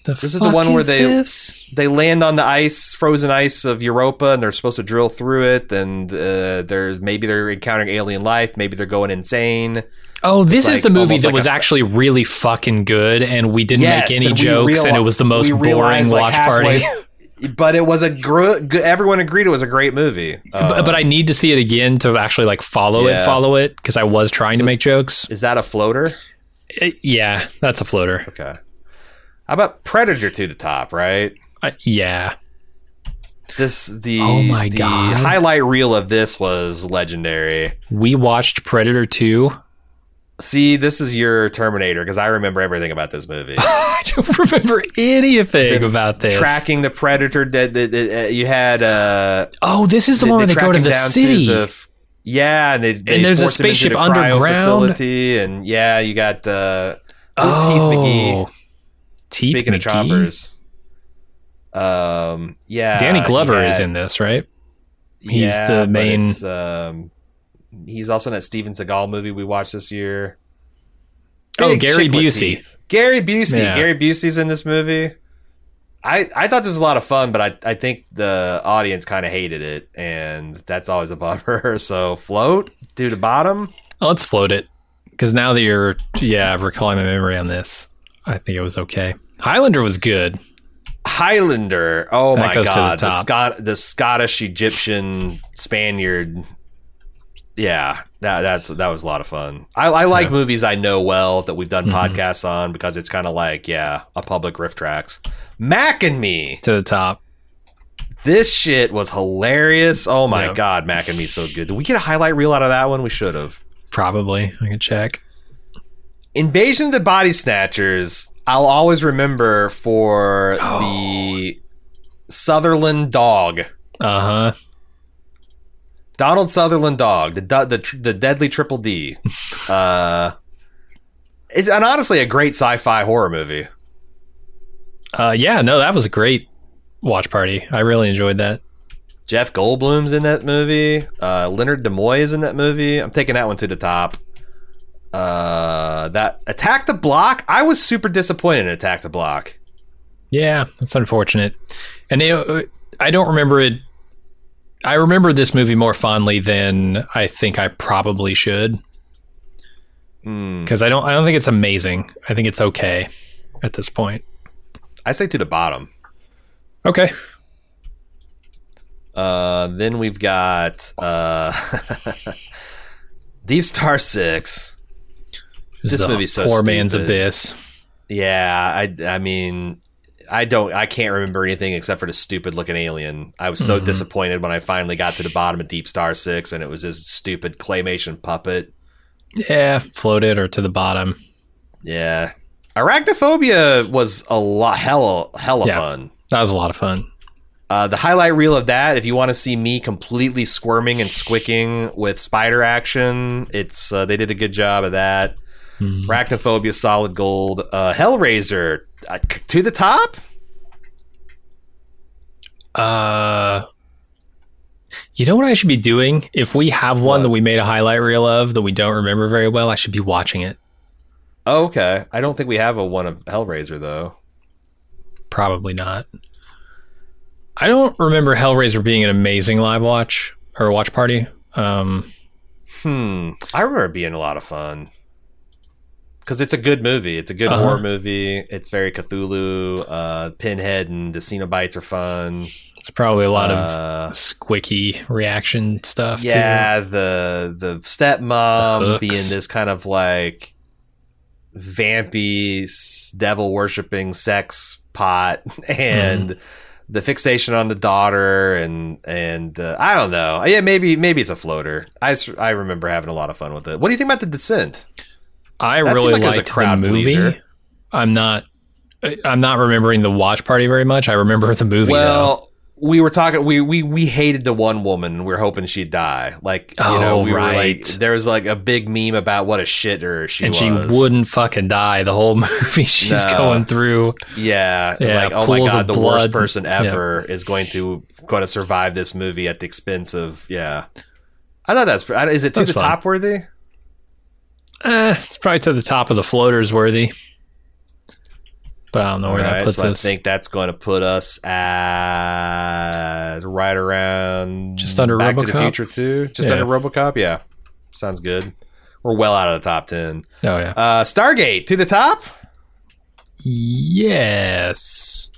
Speaker 2: The
Speaker 1: is the one where they-
Speaker 2: This?
Speaker 1: They land on the ice, frozen ice of Europa, and they're supposed to drill through it. And uh, there's maybe they're encountering alien life. Maybe they're going insane.
Speaker 2: Oh, this
Speaker 1: like
Speaker 2: is the movie
Speaker 1: almost
Speaker 2: that
Speaker 1: like
Speaker 2: was
Speaker 1: a-
Speaker 2: actually really fucking good, and we didn't
Speaker 1: Yes,
Speaker 2: make any
Speaker 1: and we
Speaker 2: jokes, and
Speaker 1: reali-
Speaker 2: it was the most
Speaker 1: we
Speaker 2: boring
Speaker 1: realized, like,
Speaker 2: watch party.
Speaker 1: halfway- But it was a gr- g- everyone agreed it was a great movie.
Speaker 2: but,
Speaker 1: Uh,
Speaker 2: but I need to see it again to actually like follow
Speaker 1: Yeah.
Speaker 2: it, follow it, because I was trying to make jokes.
Speaker 1: is that a floater?
Speaker 2: Uh, yeah, that's a floater.
Speaker 1: Okay. How about Predator to the top, right?
Speaker 2: Uh, yeah,
Speaker 1: This the
Speaker 2: Oh my
Speaker 1: the
Speaker 2: God.
Speaker 1: highlight reel of this was legendary.
Speaker 2: we watched Predator Two.
Speaker 1: See, this is your Terminator because I remember everything about this movie.
Speaker 2: I don't remember anything
Speaker 1: The
Speaker 2: about this.
Speaker 1: Tracking the Predator that that- that, uh, you had uh
Speaker 2: oh, this is the
Speaker 1: they-
Speaker 2: one where
Speaker 1: they
Speaker 2: they go to
Speaker 1: track him
Speaker 2: the
Speaker 1: down
Speaker 2: city.
Speaker 1: the f- Yeah, and they, they
Speaker 2: there's a
Speaker 1: force him into
Speaker 2: spaceship
Speaker 1: the cryo
Speaker 2: underground.
Speaker 1: facility, and yeah, you got uh, who's Teeth McGee?
Speaker 2: Teeth
Speaker 1: Speaking
Speaker 2: Oh, McGee?
Speaker 1: of choppers, um, yeah,
Speaker 2: Danny
Speaker 1: you
Speaker 2: Glover is
Speaker 1: got-
Speaker 2: in this, right? He's the
Speaker 1: but
Speaker 2: main-
Speaker 1: it's, um, he's also in that Steven Seagal movie we watched this year.
Speaker 2: Oh,
Speaker 1: Big
Speaker 2: Gary
Speaker 1: chick with
Speaker 2: Busey.
Speaker 1: teeth. Gary Busey.
Speaker 2: Yeah.
Speaker 1: Gary Busey's in this movie. I, I thought this was a lot of fun, but I, I think the audience kind of hated it, and that's always a bummer. So float to the bottom.
Speaker 2: Oh, Let's float it. Because now that you're, yeah, recalling my memory on this, I think it was okay. Highlander was good.
Speaker 1: Highlander. Oh
Speaker 2: That
Speaker 1: my
Speaker 2: goes to the
Speaker 1: god, the,
Speaker 2: top.
Speaker 1: Scot- the Scottish Egyptian Spaniard. Yeah, that, that's that was a lot of fun. I, I like
Speaker 2: Yeah.
Speaker 1: movies I know well that we've done
Speaker 2: Mhm.
Speaker 1: podcasts on because it's kind of like yeah, a public riff tracks. Mac and me.
Speaker 2: to the top.
Speaker 1: This shit was hilarious. Oh my
Speaker 2: Yeah.
Speaker 1: god, Mac and me so good. Did we get a highlight reel out of that one? We should have.
Speaker 2: Probably. I can check.
Speaker 1: Invasion of the Body Snatchers, I'll always remember for the Sutherland dog.
Speaker 2: Uh huh.
Speaker 1: Donald Sutherland dog, the du- the tr- the deadly triple D. Uh, it's and honestly a great sci-fi horror movie.
Speaker 2: Uh, yeah, no, that was a great watch party. I really enjoyed that.
Speaker 1: Jeff Goldblum's in that movie. Uh, Leonard Nimoy is in that movie. I'm taking that one to the top. Uh, that Attack the Block. I was super disappointed in Attack the Block.
Speaker 2: Yeah, that's unfortunate. And it, I don't remember it. I remember this movie more fondly than I think I probably should
Speaker 1: Hmm.
Speaker 2: because I don't. I don't think it's amazing. I think it's okay at this point.
Speaker 1: I say to the bottom.
Speaker 2: Okay.
Speaker 1: Uh, then we've got uh, Deep Star Six.
Speaker 2: This,
Speaker 1: This
Speaker 2: is a
Speaker 1: movie's so
Speaker 2: poor man's
Speaker 1: stupid.
Speaker 2: abyss.
Speaker 1: Yeah, I I mean I don't I can't remember anything except for the stupid looking alien. I was so
Speaker 2: Mhm.
Speaker 1: disappointed when I finally got to the bottom of Deep Star 6 and it was this stupid claymation puppet.
Speaker 2: Yeah, floated or to the bottom.
Speaker 1: Yeah. Arachnophobia was a lot hella hella
Speaker 2: Yeah.
Speaker 1: fun.
Speaker 2: That was a lot of fun.
Speaker 1: Uh, the highlight reel of that, if you want to see me completely squirming and squicking with spider action, it's uh, they did a good job of that.
Speaker 2: Mm.
Speaker 1: Mm-hmm. Arachnophobia, solid gold. Uh, Hellraiser uh, c- to the top.
Speaker 2: Uh, you know what I should be doing? If we have one
Speaker 1: What?
Speaker 2: that we made a highlight reel of that we don't remember very well, I should be watching it.
Speaker 1: Oh, okay. I don't think we have a one of Hellraiser though.
Speaker 2: Probably not. I don't remember Hellraiser being an amazing live watch or watch party. Um,
Speaker 1: Hmm. I remember it being a lot of fun. Because it's a good movie. It's a good
Speaker 2: Uh-huh.
Speaker 1: horror movie. It's very Cthulhu. Uh, Pinhead and the Cenobites are fun.
Speaker 2: it's probably a lot
Speaker 1: Uh,
Speaker 2: of squicky reaction stuff.
Speaker 1: yeah, the the
Speaker 2: The
Speaker 1: stepmom
Speaker 2: hooks.
Speaker 1: being this kind of like vampy, s- devil worshipping sex pot, and
Speaker 2: Mm-hmm.
Speaker 1: the fixation on the daughter, and and uh, I don't know. Yeah, maybe maybe it's a floater. I, s- I remember having a lot of fun with it. What do you think about the descent?
Speaker 2: too. I
Speaker 1: that seemed
Speaker 2: really
Speaker 1: like it was a
Speaker 2: liked the
Speaker 1: crowd
Speaker 2: movie.
Speaker 1: pleaser.
Speaker 2: I'm not. I- I'm not remembering the watch party very much. I remember the movie. though.
Speaker 1: Well, we were talking. We we we hated the one woman. We were hoping she'd die. Like you know,
Speaker 2: Oh,
Speaker 1: we were like
Speaker 2: right.
Speaker 1: there was like a big meme about what a shitter she
Speaker 2: and
Speaker 1: was.
Speaker 2: she wouldn't fucking die the whole movie. She's
Speaker 1: No.
Speaker 2: going through.
Speaker 1: Yeah,
Speaker 2: Yeah,
Speaker 1: like oh my
Speaker 2: pools
Speaker 1: god,
Speaker 2: of
Speaker 1: the worst
Speaker 2: blood.
Speaker 1: person ever is going to going to survive this movie at the expense of yeah. I thought that's I- is it to
Speaker 2: That's
Speaker 1: the
Speaker 2: fun.
Speaker 1: top worthy?
Speaker 2: Eh, it's probably to the top of the floaters worthy, but I don't know where that
Speaker 1: Alright,
Speaker 2: puts
Speaker 1: so
Speaker 2: us.
Speaker 1: I think that's going to put us at right around
Speaker 2: Just under
Speaker 1: Back to the
Speaker 2: RoboCop?
Speaker 1: Future too, just
Speaker 2: Yeah.
Speaker 1: under RoboCop. Yeah, sounds good. We're well out of the top ten.
Speaker 2: oh yeah.
Speaker 1: Uh, Stargate to the top.
Speaker 2: Yes.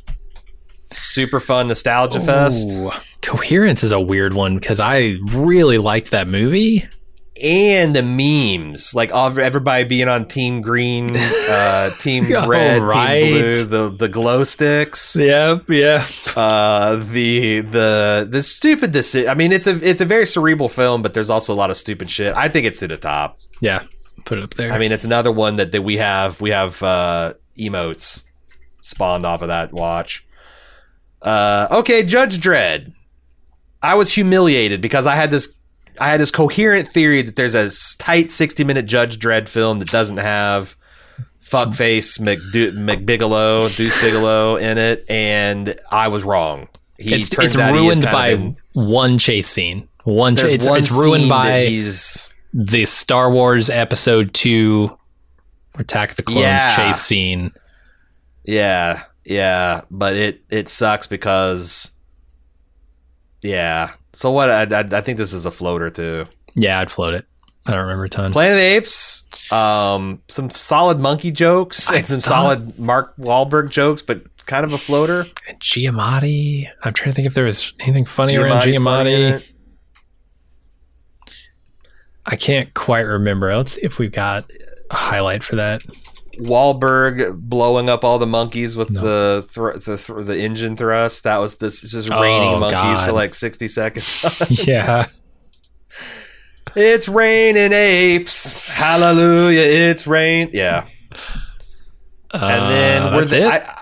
Speaker 1: Super fun nostalgia fest.
Speaker 2: Ooh. Coherence is a weird one because I really liked that movie.
Speaker 1: and the memes, like all, everybody being on Team Green, uh, Team
Speaker 2: Oh,
Speaker 1: Red,
Speaker 2: right.
Speaker 1: Team Blue, the the glow sticks,
Speaker 2: Yeah, yeah.
Speaker 1: uh, the the the stupid deci- I mean, it's a it's a very cerebral film, but there's also a lot of stupid shit. I think it's to the top.
Speaker 2: Yeah. Put it up there.
Speaker 1: I mean, it's another one that, that we have we have uh, emotes spawned off of that watch. Uh, okay, Judge Dredd. I was humiliated because I had this. I had this coherent theory that there's a s- tight 60 minute Judge Dredd film that doesn't have fuckface McDo- McBigelow, Deuce Bigelow in it, and I was wrong. He
Speaker 2: it's
Speaker 1: turns
Speaker 2: it's
Speaker 1: out he is
Speaker 2: ruined
Speaker 1: kind of
Speaker 2: by
Speaker 1: in-
Speaker 2: one chase scene. One, cha-
Speaker 1: there's
Speaker 2: it's,
Speaker 1: one
Speaker 2: it's ruined
Speaker 1: scene that
Speaker 2: by
Speaker 1: he's
Speaker 2: the Star Wars Episode Two, Attack of the Clones
Speaker 1: Yeah.
Speaker 2: chase scene.
Speaker 1: yeah yeah, but it it sucks because yeah. So what? I, I, I think this is a floater too.
Speaker 2: Yeah, I'd float it. I don't remember a ton.
Speaker 1: Planet of the Apes, um, some solid monkey jokes and some
Speaker 2: thought-
Speaker 1: solid Mark Wahlberg jokes, but kind of a floater.
Speaker 2: And Giamatti. I'm trying to think if there was anything funny around
Speaker 1: Giamatti's funny in
Speaker 2: Giamatti.
Speaker 1: it.
Speaker 2: I can't quite remember. Let's see if we've got a highlight for that.
Speaker 1: Wahlberg blowing up all the monkeys with
Speaker 2: No.
Speaker 1: the thr- the thr- the engine thrust. That was this it's just raining
Speaker 2: Oh,
Speaker 1: monkeys
Speaker 2: God.
Speaker 1: for like sixty seconds.
Speaker 2: yeah.
Speaker 1: it's raining apes. Hallelujah! It's rain. Yeah, and then
Speaker 2: uh,
Speaker 1: we're
Speaker 2: that's
Speaker 1: the-
Speaker 2: it.
Speaker 1: I- I-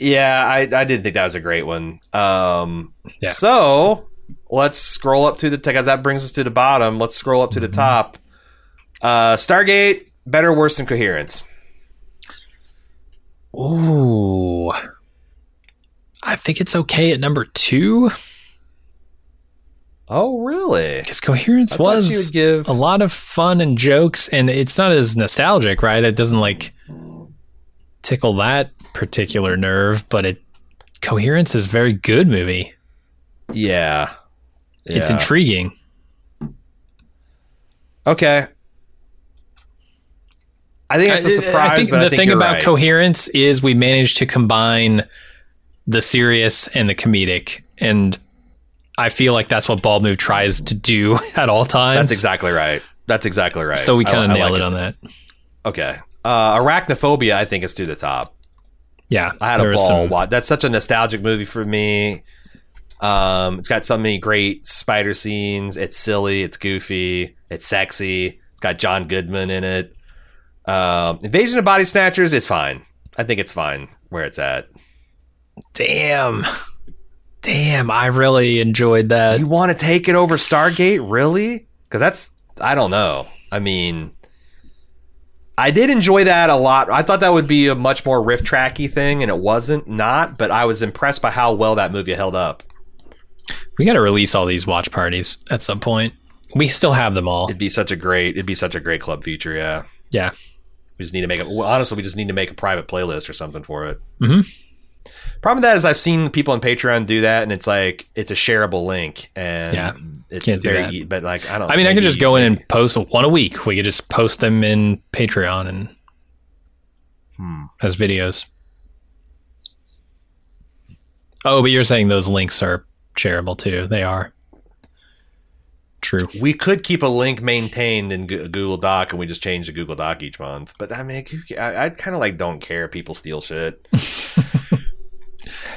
Speaker 1: yeah, I I didn't think that was a great one. Um,
Speaker 2: Yeah.
Speaker 1: so let's scroll up to the because that brings us to the bottom. Let's scroll up to
Speaker 2: Mm-hmm.
Speaker 1: the top. Uh, Stargate, better, worse than coherence.
Speaker 2: Ooh. I think it's okay at number two
Speaker 1: Oh, really?
Speaker 2: because coherence
Speaker 1: I thought you
Speaker 2: was
Speaker 1: would give.
Speaker 2: a lot of fun and jokes, and it's not as nostalgic, right? It doesn't like tickle that particular nerve, but it coherence is a very good movie.
Speaker 1: yeah.
Speaker 2: It's
Speaker 1: Yeah.
Speaker 2: intriguing.
Speaker 1: okay. I think it's a
Speaker 2: I- I-
Speaker 1: surprise.
Speaker 2: I think
Speaker 1: but
Speaker 2: the
Speaker 1: I think
Speaker 2: thing
Speaker 1: you're
Speaker 2: about
Speaker 1: right.
Speaker 2: coherence is we managed to combine the serious and the comedic, and I feel like that's what Bald Move tries to do at all times.
Speaker 1: That's exactly right. That's exactly right.
Speaker 2: So we
Speaker 1: I-
Speaker 2: kind
Speaker 1: I
Speaker 2: of nailed
Speaker 1: like
Speaker 2: it on that.
Speaker 1: Okay. Uh, arachnophobia, I think, is to the top.
Speaker 2: Yeah,
Speaker 1: I had
Speaker 2: there
Speaker 1: a
Speaker 2: was
Speaker 1: ball.
Speaker 2: some-
Speaker 1: Wa- That's such a nostalgic movie for me. Um, it's got so many great spider scenes. It's silly. It's goofy. It's sexy. It's got John Goodman in it. Um, Invasion of Body Snatchers. It's fine. I think it's fine where it's at.
Speaker 2: Damn, damn, I really enjoyed that.
Speaker 1: you want to take it over Stargate, really? Because that's I don't know. I mean, I did enjoy that a lot. I thought that would be a much more riff tracky thing, and it wasn't. Not, but I was impressed by how well that movie held up.
Speaker 2: we got to release all these watch parties at some point. We still have them all.
Speaker 1: It'd be such a great. It'd be such a great club feature. Yeah,
Speaker 2: Yeah.
Speaker 1: we just need to make it. Well, honestly, we just need to make a private playlist or something for it.
Speaker 2: Mhm.
Speaker 1: Problem with that is I've seen people on Patreon do that, and it's like it's a shareable link, and
Speaker 2: Yeah.
Speaker 1: it's
Speaker 2: Can't do
Speaker 1: very.
Speaker 2: that.
Speaker 1: e- But like I don't.
Speaker 2: I mean, I could
Speaker 1: maybe-
Speaker 2: just go in and post one a week. We could just post them in Patreon and
Speaker 1: Hmm.
Speaker 2: as videos. Oh, but you're saying those links are shareable too. They are. True.
Speaker 1: We could keep a link maintained in Goo- Google Doc, and we just change the Google Doc each month. But I mean, I- I, kind of like don't care. if People steal shit.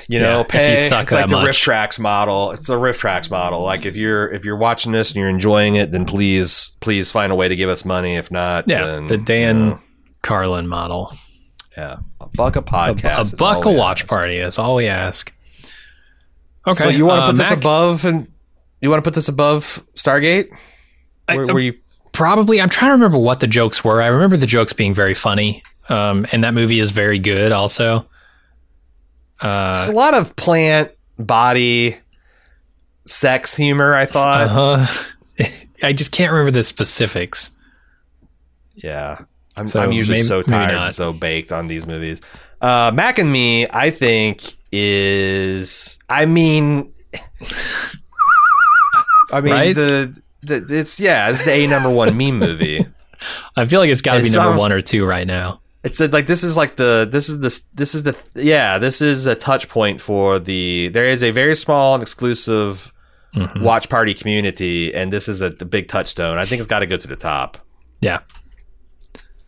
Speaker 1: you know,
Speaker 2: Yeah, if you
Speaker 1: pay.
Speaker 2: suck
Speaker 1: it's like
Speaker 2: that
Speaker 1: the
Speaker 2: much.
Speaker 1: Rift Tracks model. It's the Rift Tracks model. Like if you're if you're watching this and you're enjoying it, then please please find a way to give us money. If not,
Speaker 2: Yeah.
Speaker 1: then,
Speaker 2: the Dan
Speaker 1: you know,
Speaker 2: Carlin model.
Speaker 1: yeah, a buck a
Speaker 2: A,
Speaker 1: podcast,
Speaker 2: a
Speaker 1: is
Speaker 2: buck a
Speaker 1: all we
Speaker 2: watch
Speaker 1: ask.
Speaker 2: party. That's all we ask. Okay.
Speaker 1: So you want to
Speaker 2: uh,
Speaker 1: put this
Speaker 2: Mac-
Speaker 1: above and you want to put this above Stargate?
Speaker 2: I- um,
Speaker 1: Where, where you
Speaker 2: probably i'm trying to remember what the jokes were i remember the jokes being very funny um, and that movie is very good also
Speaker 1: There's
Speaker 2: uh,
Speaker 1: a lot of plant body sex humor. I thought.
Speaker 2: uh-huh. i just can't remember the specifics
Speaker 1: Yeah, I'm,
Speaker 2: So
Speaker 1: I'm usually
Speaker 2: maybe-
Speaker 1: so
Speaker 2: maybe
Speaker 1: tired,
Speaker 2: not.
Speaker 1: and so baked on these movies. Uh, Mac and Me, I think is. I mean, I mean
Speaker 2: Right?
Speaker 1: the. the- It's yeah, it's the a number one meme movie.
Speaker 2: i feel like it's got to be
Speaker 1: It's,
Speaker 2: number
Speaker 1: um,
Speaker 2: one or two right now
Speaker 1: It said like this is like the this is the this is the yeah this is a touch point for the there is a very small and exclusive
Speaker 2: Mhm.
Speaker 1: watch party community, and this is a, a big touchstone. I think it's got to go to the top.
Speaker 2: yeah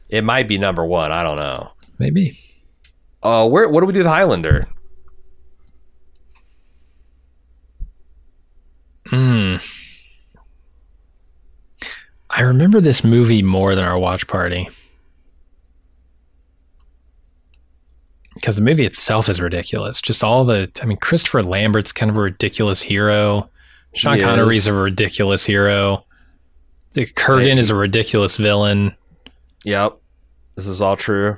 Speaker 1: It might be number one. I don't know.
Speaker 2: maybe
Speaker 1: Uh, where what do we do with Highlander?
Speaker 2: Hmm. i remember this movie more than our watch party because the movie itself is ridiculous just all the i mean christopher lambert's kind of a ridiculous hero Sean
Speaker 1: He
Speaker 2: Connery's
Speaker 1: is.
Speaker 2: a ridiculous hero. Kurgan is a ridiculous villain,
Speaker 1: Yep. This is all true.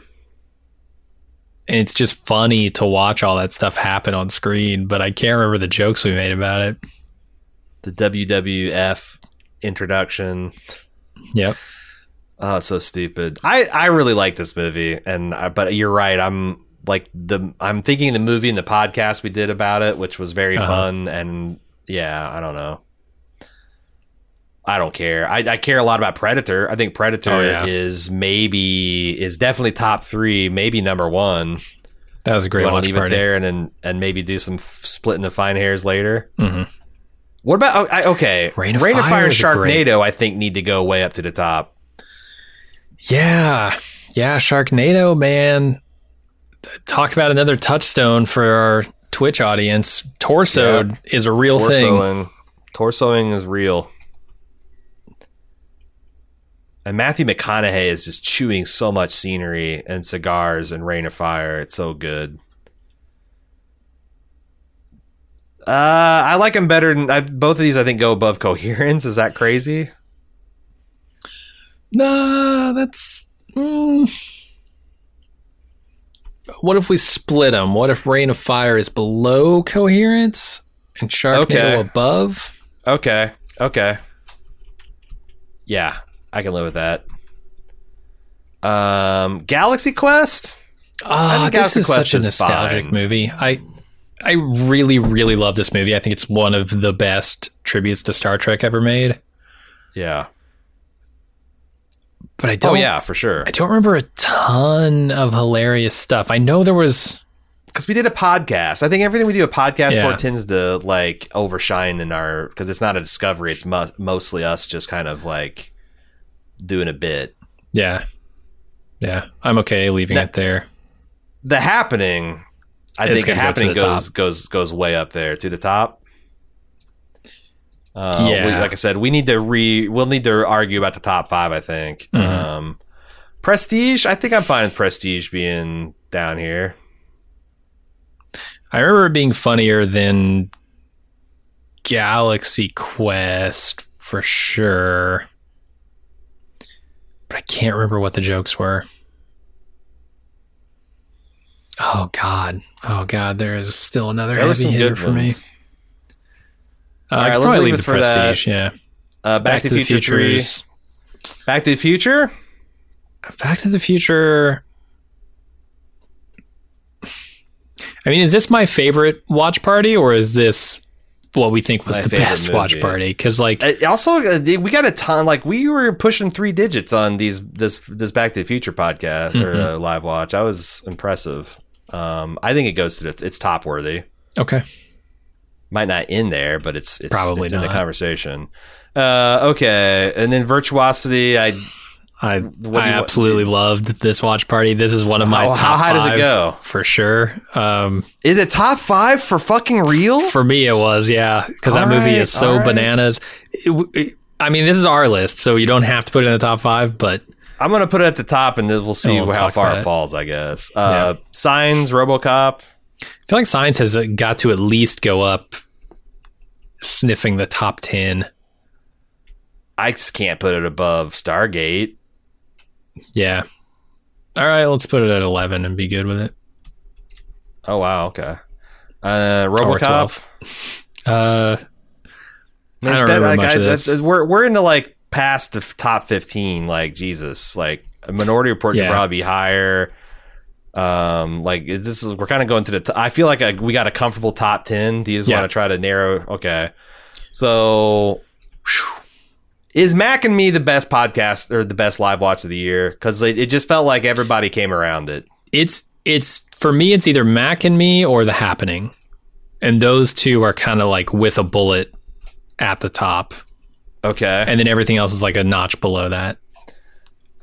Speaker 2: and it's just funny to watch all that stuff happen on screen. But I can't remember the jokes we made about it.
Speaker 1: The WWF introduction.
Speaker 2: Yep.
Speaker 1: Oh, it's so stupid. I I really like this movie, and I, but you're right. I'm like the I'm thinking the movie and the podcast we did about it, which was very
Speaker 2: Uh-huh.
Speaker 1: fun, and yeah, I don't know. I don't care. I, I care a lot about Predator. I think Predator
Speaker 2: Oh, yeah.
Speaker 1: is maybe is definitely top three, maybe number one.
Speaker 2: That was a great
Speaker 1: you want
Speaker 2: watch
Speaker 1: to leave it
Speaker 2: party.
Speaker 1: there and then and maybe do some f- splitting the fine hairs later.
Speaker 2: Mhm.
Speaker 1: What about oh, I, okay?
Speaker 2: Reign of Fire
Speaker 1: and
Speaker 2: is a great-
Speaker 1: Sharknado, I think, need to go way up to the top.
Speaker 2: Yeah. Yeah. Sharknado, man. T- Talk about another touchstone for our Twitch audience. Torso is a real thing.
Speaker 1: Torsoing, torsoing is real. And Matthew McConaughey is just chewing so much scenery and cigars and Rain of Fire. It's so good. Uh, I like him better. Than, I, both of these, I think, go above Coherence. Is that crazy?
Speaker 2: Nah, that's. mm. What if we split them? What if Rain of Fire is below Coherence and Sharknado
Speaker 1: Okay.
Speaker 2: above?
Speaker 1: Okay. Okay. Yeah, I can live with that. Um, Galaxy Quest.
Speaker 2: Ah,
Speaker 1: think
Speaker 2: this
Speaker 1: Galaxy
Speaker 2: is
Speaker 1: Quest
Speaker 2: such a
Speaker 1: is
Speaker 2: nostalgic
Speaker 1: fine.
Speaker 2: movie. I I really really love this movie. I think it's one of the best tributes to Star Trek ever made.
Speaker 1: Yeah.
Speaker 2: But I don't
Speaker 1: oh yeah, for sure.
Speaker 2: I don't remember a ton of hilarious stuff. I know there was
Speaker 1: because we did a podcast. I think everything we do a podcast
Speaker 2: Yeah.
Speaker 1: for tends to like overshine in our because it's not a discovery. It's mu- mostly us just kind of like doing a bit.
Speaker 2: yeah. Yeah, I'm okay leaving
Speaker 1: That-
Speaker 2: it there.
Speaker 1: The happening, I think
Speaker 2: It's
Speaker 1: the
Speaker 2: gonna go to
Speaker 1: happening
Speaker 2: the
Speaker 1: goes goes goes way up there to the top. Uh,
Speaker 2: Yeah.
Speaker 1: we- like I said, we need to re. We'll need to argue about the top five. I think.
Speaker 2: Mhm.
Speaker 1: Um, Prestige. I think I'm fine with Prestige being down here.
Speaker 2: I remember it being funnier than Galaxy Quest for sure. But I can't remember what the jokes were. Oh god. Oh god, there is still another
Speaker 1: There are
Speaker 2: heavy
Speaker 1: some
Speaker 2: hitter
Speaker 1: good
Speaker 2: for me.
Speaker 1: ones.
Speaker 2: Uh,
Speaker 1: All
Speaker 2: I
Speaker 1: right,
Speaker 2: could
Speaker 1: let's
Speaker 2: probably
Speaker 1: leave
Speaker 2: leave
Speaker 1: it
Speaker 2: the
Speaker 1: for that.
Speaker 2: prestige, yeah.
Speaker 1: Uh, Back, to, the Future three.
Speaker 2: Future's-
Speaker 1: Back to the Future.
Speaker 2: Back to the Future. I mean, is this my favorite watch party, or is this what we think was
Speaker 1: My
Speaker 2: the
Speaker 1: favorite
Speaker 2: best watch
Speaker 1: movie.
Speaker 2: party? Because like,
Speaker 1: Uh, also, uh, we got a ton. Like we were pushing three digits on these this this Back to the Future podcast or uh,
Speaker 2: Mm-hmm.
Speaker 1: live watch. I was impressive. Um, I think it goes to the, it's top worthy.
Speaker 2: okay,
Speaker 1: Might not in there, but it's, it's
Speaker 2: Probably
Speaker 1: it's in the
Speaker 2: not.
Speaker 1: conversation. Uh, okay, and then virtuosity. I
Speaker 2: I
Speaker 1: do
Speaker 2: I
Speaker 1: you-
Speaker 2: absolutely loved this watch party. This is one of my
Speaker 1: How-
Speaker 2: top.
Speaker 1: how high does it
Speaker 2: five
Speaker 1: go?
Speaker 2: for sure? Um,
Speaker 1: is it top five for fucking real.
Speaker 2: for me, it was yeah, because that
Speaker 1: Oh. All
Speaker 2: movie
Speaker 1: right,
Speaker 2: is so
Speaker 1: all right.
Speaker 2: bananas. It w- it- I mean, this is our list, so you don't have to put it in the top five, but
Speaker 1: I'm gonna put it at the top, and then we'll see
Speaker 2: And Oh, we'll
Speaker 1: how
Speaker 2: talk
Speaker 1: far
Speaker 2: about
Speaker 1: it,
Speaker 2: it.
Speaker 1: falls. I guess. Uh, Signs, RoboCop.
Speaker 2: I feel like science has uh, got to at least go up, sniffing the top ten.
Speaker 1: I just can't put it above Stargate.
Speaker 2: Yeah. All right, let's put it at 11 and be good with it.
Speaker 1: Oh wow, okay. Uh,
Speaker 2: Or
Speaker 1: RoboCop.
Speaker 2: 12. Uh, I
Speaker 1: It's
Speaker 2: don't
Speaker 1: been,
Speaker 2: remember
Speaker 1: like,
Speaker 2: much
Speaker 1: I-
Speaker 2: of
Speaker 1: that's-
Speaker 2: this.
Speaker 1: We're we're into like past the f- top fifteen. Like Jesus, like Minority Report should
Speaker 2: Yeah.
Speaker 1: probably be higher. Um, like is this is we're kind of going to the. T- I feel like I, we got a comfortable top ten. Do you just
Speaker 2: Yeah.
Speaker 1: want to try to narrow? Okay, so is Mac and me the best podcast or the best live watch of the year? Because it, it just felt like everybody came around it.
Speaker 2: It's it's for me. It's either Mac and Me or The Happening, and those two are kind of like with a bullet at the top,
Speaker 1: Okay,
Speaker 2: and then everything else is like a notch below that.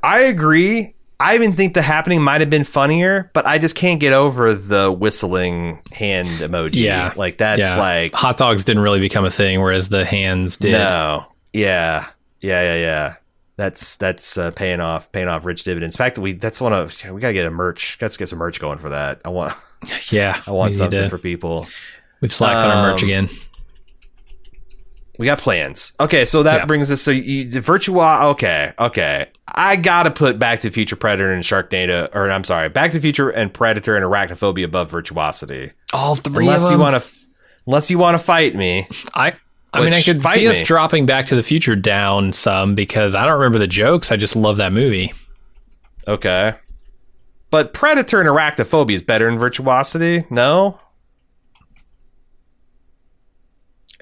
Speaker 1: I agree. I even think the happening might have been funnier, but I just can't get over the whistling hand emoji.
Speaker 2: Yeah.
Speaker 1: Like that's
Speaker 2: Yeah.
Speaker 1: like
Speaker 2: Hot dogs didn't really become a thing, whereas the hands did.
Speaker 1: no. Yeah. Yeah, yeah, yeah. That's that's uh, paying off paying off rich dividends. In fact, we that's one of we gotta get a merch. Gotta get some merch going for that. I want
Speaker 2: Yeah,
Speaker 1: I want
Speaker 2: we need
Speaker 1: something Um,
Speaker 2: to-
Speaker 1: for people.
Speaker 2: We've slacked on our merch
Speaker 1: Um,
Speaker 2: again.
Speaker 1: We got plans. Okay, so that
Speaker 2: Yeah.
Speaker 1: brings us. So you, the Virtua. Okay, okay. I gotta put Back to the Future, Predator, and Sharknado, or I'm sorry, Back to the Future and Predator and Arachnophobia above Virtuosity.
Speaker 2: All three of
Speaker 1: Unless
Speaker 2: them.
Speaker 1: you want to, unless you want to fight me.
Speaker 2: I I mean, I
Speaker 1: Which-
Speaker 2: could
Speaker 1: fight
Speaker 2: see us
Speaker 1: me.
Speaker 2: dropping Back to the Future down some because I don't remember the jokes. I just love that movie.
Speaker 1: Okay. But Predator and Arachnophobia is better in Virtuosity. No.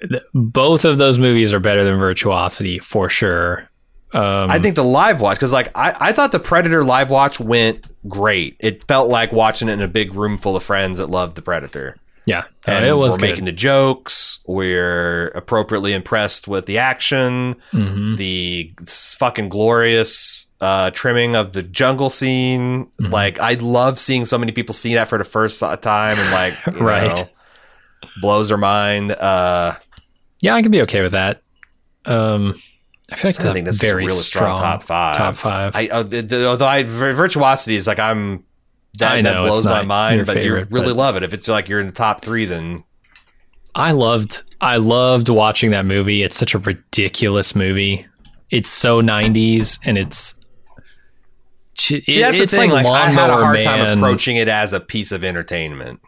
Speaker 2: Th- Both of those movies are better than Virtuosity for sure. Um,
Speaker 1: I think the live watch because like I, I thought the Predator live watch went great. It felt like watching it in a big room full of friends that loved the Predator.
Speaker 2: yeah, Uh,
Speaker 1: And
Speaker 2: it was
Speaker 1: we're
Speaker 2: good.
Speaker 1: making the jokes. We're appropriately impressed with the action,
Speaker 2: Mhm.
Speaker 1: the s- fucking glorious uh, trimming of the jungle scene.
Speaker 2: Hmm.
Speaker 1: Like I love seeing so many people see that for the first ti- time and like you
Speaker 2: Right.
Speaker 1: know, blows their mind. Uh,
Speaker 2: Yeah, I can be okay with that. Um, I feel like
Speaker 1: I
Speaker 2: that's
Speaker 1: think that's
Speaker 2: very
Speaker 1: really strong, top five.
Speaker 2: top five.
Speaker 1: I, uh, th- th- although I, vir- virtuosity is like I'm. That,
Speaker 2: I know,
Speaker 1: that
Speaker 2: it's
Speaker 1: blows my
Speaker 2: not your
Speaker 1: mind, but
Speaker 2: favorite,
Speaker 1: you really
Speaker 2: but-
Speaker 1: love it. If it's like you're in the top three, then
Speaker 2: I loved I loved watching that movie. It's such a ridiculous movie. It's so 90s and it's See,
Speaker 1: See, that's
Speaker 2: it's
Speaker 1: the thing. Like, I had a
Speaker 2: Lawnmower
Speaker 1: hard
Speaker 2: Man.
Speaker 1: time approaching it as a piece of entertainment.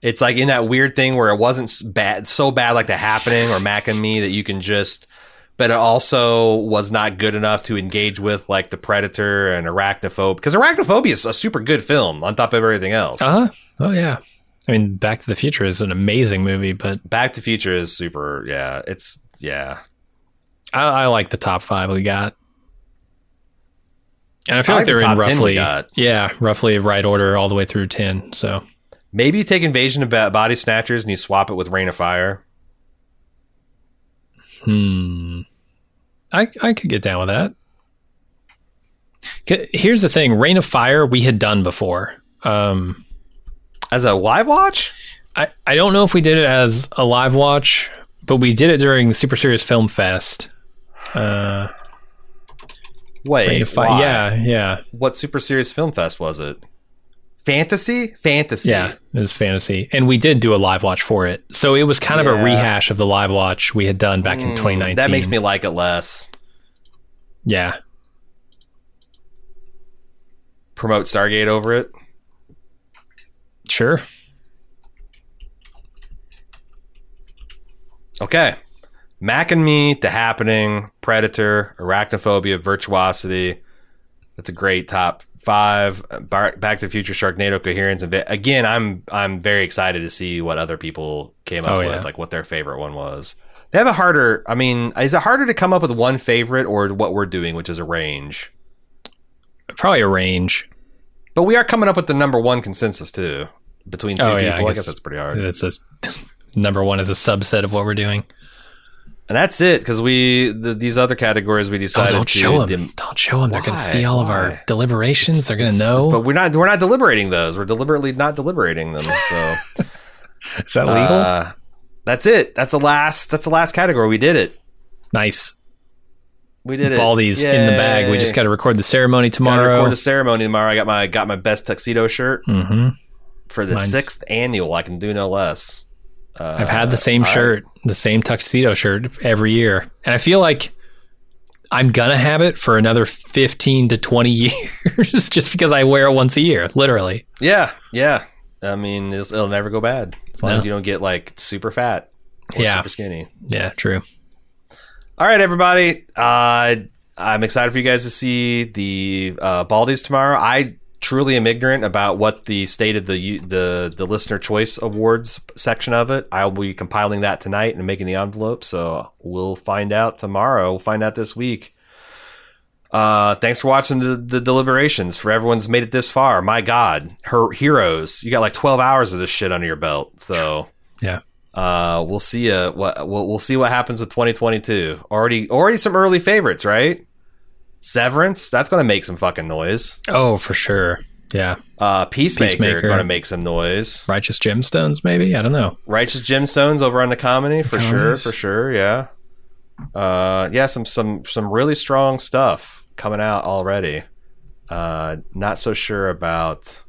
Speaker 1: It's like in that weird thing where it wasn't s- bad, so bad like the happening or Mac and Me that you can just, but it also was not good enough to engage with like the Predator and Arachnophobe because Arachnophobia is a super good film on top of everything else.
Speaker 2: Uh-huh. Oh yeah. I mean, Back to the Future is an amazing movie, but
Speaker 1: Back to Future is super. Yeah, it's yeah.
Speaker 2: I, I like the top five we got. And I feel
Speaker 1: I
Speaker 2: like,
Speaker 1: like the
Speaker 2: they're in
Speaker 1: top 10 we
Speaker 2: roughly,
Speaker 1: got.
Speaker 2: yeah, roughly right order all the way through ten. So
Speaker 1: Maybe you take Invasion of Ba- Body Snatchers and you swap it with Rain of Fire.
Speaker 2: Hmm. I I could get down with that. C- Here's the thing: Rain of Fire we had done before. Um,
Speaker 1: As a live watch,
Speaker 2: I I don't know if we did it as a live watch, but we did it during Super Serious Film Fest. Uh,
Speaker 1: wait,
Speaker 2: Rain of Fire.
Speaker 1: why?
Speaker 2: Yeah, yeah,
Speaker 1: What super serious film fest was it? Fantasy, fantasy.
Speaker 2: yeah. It was fantasy, and we did do a live watch for it. So it was kind of
Speaker 1: Yeah.
Speaker 2: a rehash of the live watch we had done back in
Speaker 1: Mm,
Speaker 2: 2019.
Speaker 1: That makes me like it less.
Speaker 2: yeah.
Speaker 1: Promote Stargate over it.
Speaker 2: Sure.
Speaker 1: Okay. Mac and Me, The Happening, Predator, Arachnophobia, Virtuosity. That's a great top five. Bar- Back to the Future, Sharknado, Coherence, and Vi- again, I'm I'm very excited to see what other people came up
Speaker 2: Oh,
Speaker 1: with,
Speaker 2: yeah.
Speaker 1: like what their favorite one was. They have a harder. I mean, is it harder to come up with one favorite or what we're doing, which is a range?
Speaker 2: Probably a range.
Speaker 1: But we are coming up with the number one consensus too between two
Speaker 2: Oh,
Speaker 1: people.
Speaker 2: yeah, I
Speaker 1: I, guess,
Speaker 2: guess-
Speaker 1: that's pretty hard.
Speaker 2: That's a number one is a subset of what we're doing.
Speaker 1: And that's it because we the, these other categories we
Speaker 2: Oh,
Speaker 1: decided
Speaker 2: don't
Speaker 1: to
Speaker 2: show them.
Speaker 1: dim-
Speaker 2: don't show them. They're going
Speaker 1: Why?
Speaker 2: to see all of
Speaker 1: Why?
Speaker 2: our deliberations. They're going to
Speaker 1: It's-
Speaker 2: know.
Speaker 1: But we're not we're not deliberating those. We're deliberately not deliberating them. So
Speaker 2: Is that
Speaker 1: uh, that's it. That's the last that's the last category. We did it.
Speaker 2: nice.
Speaker 1: We did it.
Speaker 2: Baldies in the bag. We
Speaker 1: Yay.
Speaker 2: just got to record the ceremony
Speaker 1: Gotta
Speaker 2: tomorrow.
Speaker 1: record a ceremony tomorrow. I got my got my best tuxedo shirt
Speaker 2: hmm
Speaker 1: for the
Speaker 2: Mine's-
Speaker 1: sixth annual. I can do no less. Uh,
Speaker 2: I've had the same
Speaker 1: all right.
Speaker 2: shirt, the same tuxedo shirt every year. And I feel like I'm going to have it for another 15 to 20 years just because I wear it once a year, literally.
Speaker 1: Yeah, yeah. I mean, it's, it'll never go bad as long
Speaker 2: No.
Speaker 1: as you don't get like super fat or
Speaker 2: Yeah.
Speaker 1: super skinny.
Speaker 2: Yeah, true.
Speaker 1: All right, everybody. Uh, I'm excited for you guys to see the uh, Baldies tomorrow. I truly am ignorant about what the state of the the the listener choice awards section of it. I'll be compiling that tonight and making the envelope. So we'll find out tomorrow. We'll find out this week. Uh, thanks for watching the, the deliberations. For everyone's made it this far, my God, her heroes. You got like 12 hours of this shit under your belt. So
Speaker 2: Yeah.
Speaker 1: uh, we'll see. Uh, what we'll, we'll see what happens with 2022. Already, already some early favorites, right? Severance. That's going to make some fucking noise.
Speaker 2: Oh, for sure. Yeah.
Speaker 1: Uh, Peacemaker,
Speaker 2: Peacemaker.
Speaker 1: going to make some noise.
Speaker 2: Righteous gemstones, maybe? I don't know.
Speaker 1: Righteous Gemstones over on the comedy for sure,
Speaker 2: Comedies.
Speaker 1: for sure. Yeah. Uh, yeah. Some some some really strong stuff coming out already. Uh, not so sure about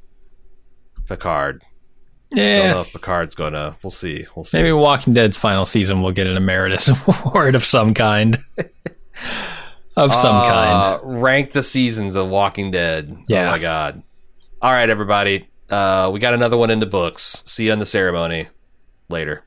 Speaker 1: Picard. I don't
Speaker 2: Yeah.
Speaker 1: know if Picard's gonna. We'll see. We'll see.
Speaker 2: Maybe Walking Dead's final season will get an emeritus award of some kind. of some kind.
Speaker 1: Uh, Rank the seasons of Walking Dead.
Speaker 2: Yeah.
Speaker 1: Oh my god. All right, everybody. Uh, we got another one in the books. See you on the ceremony later.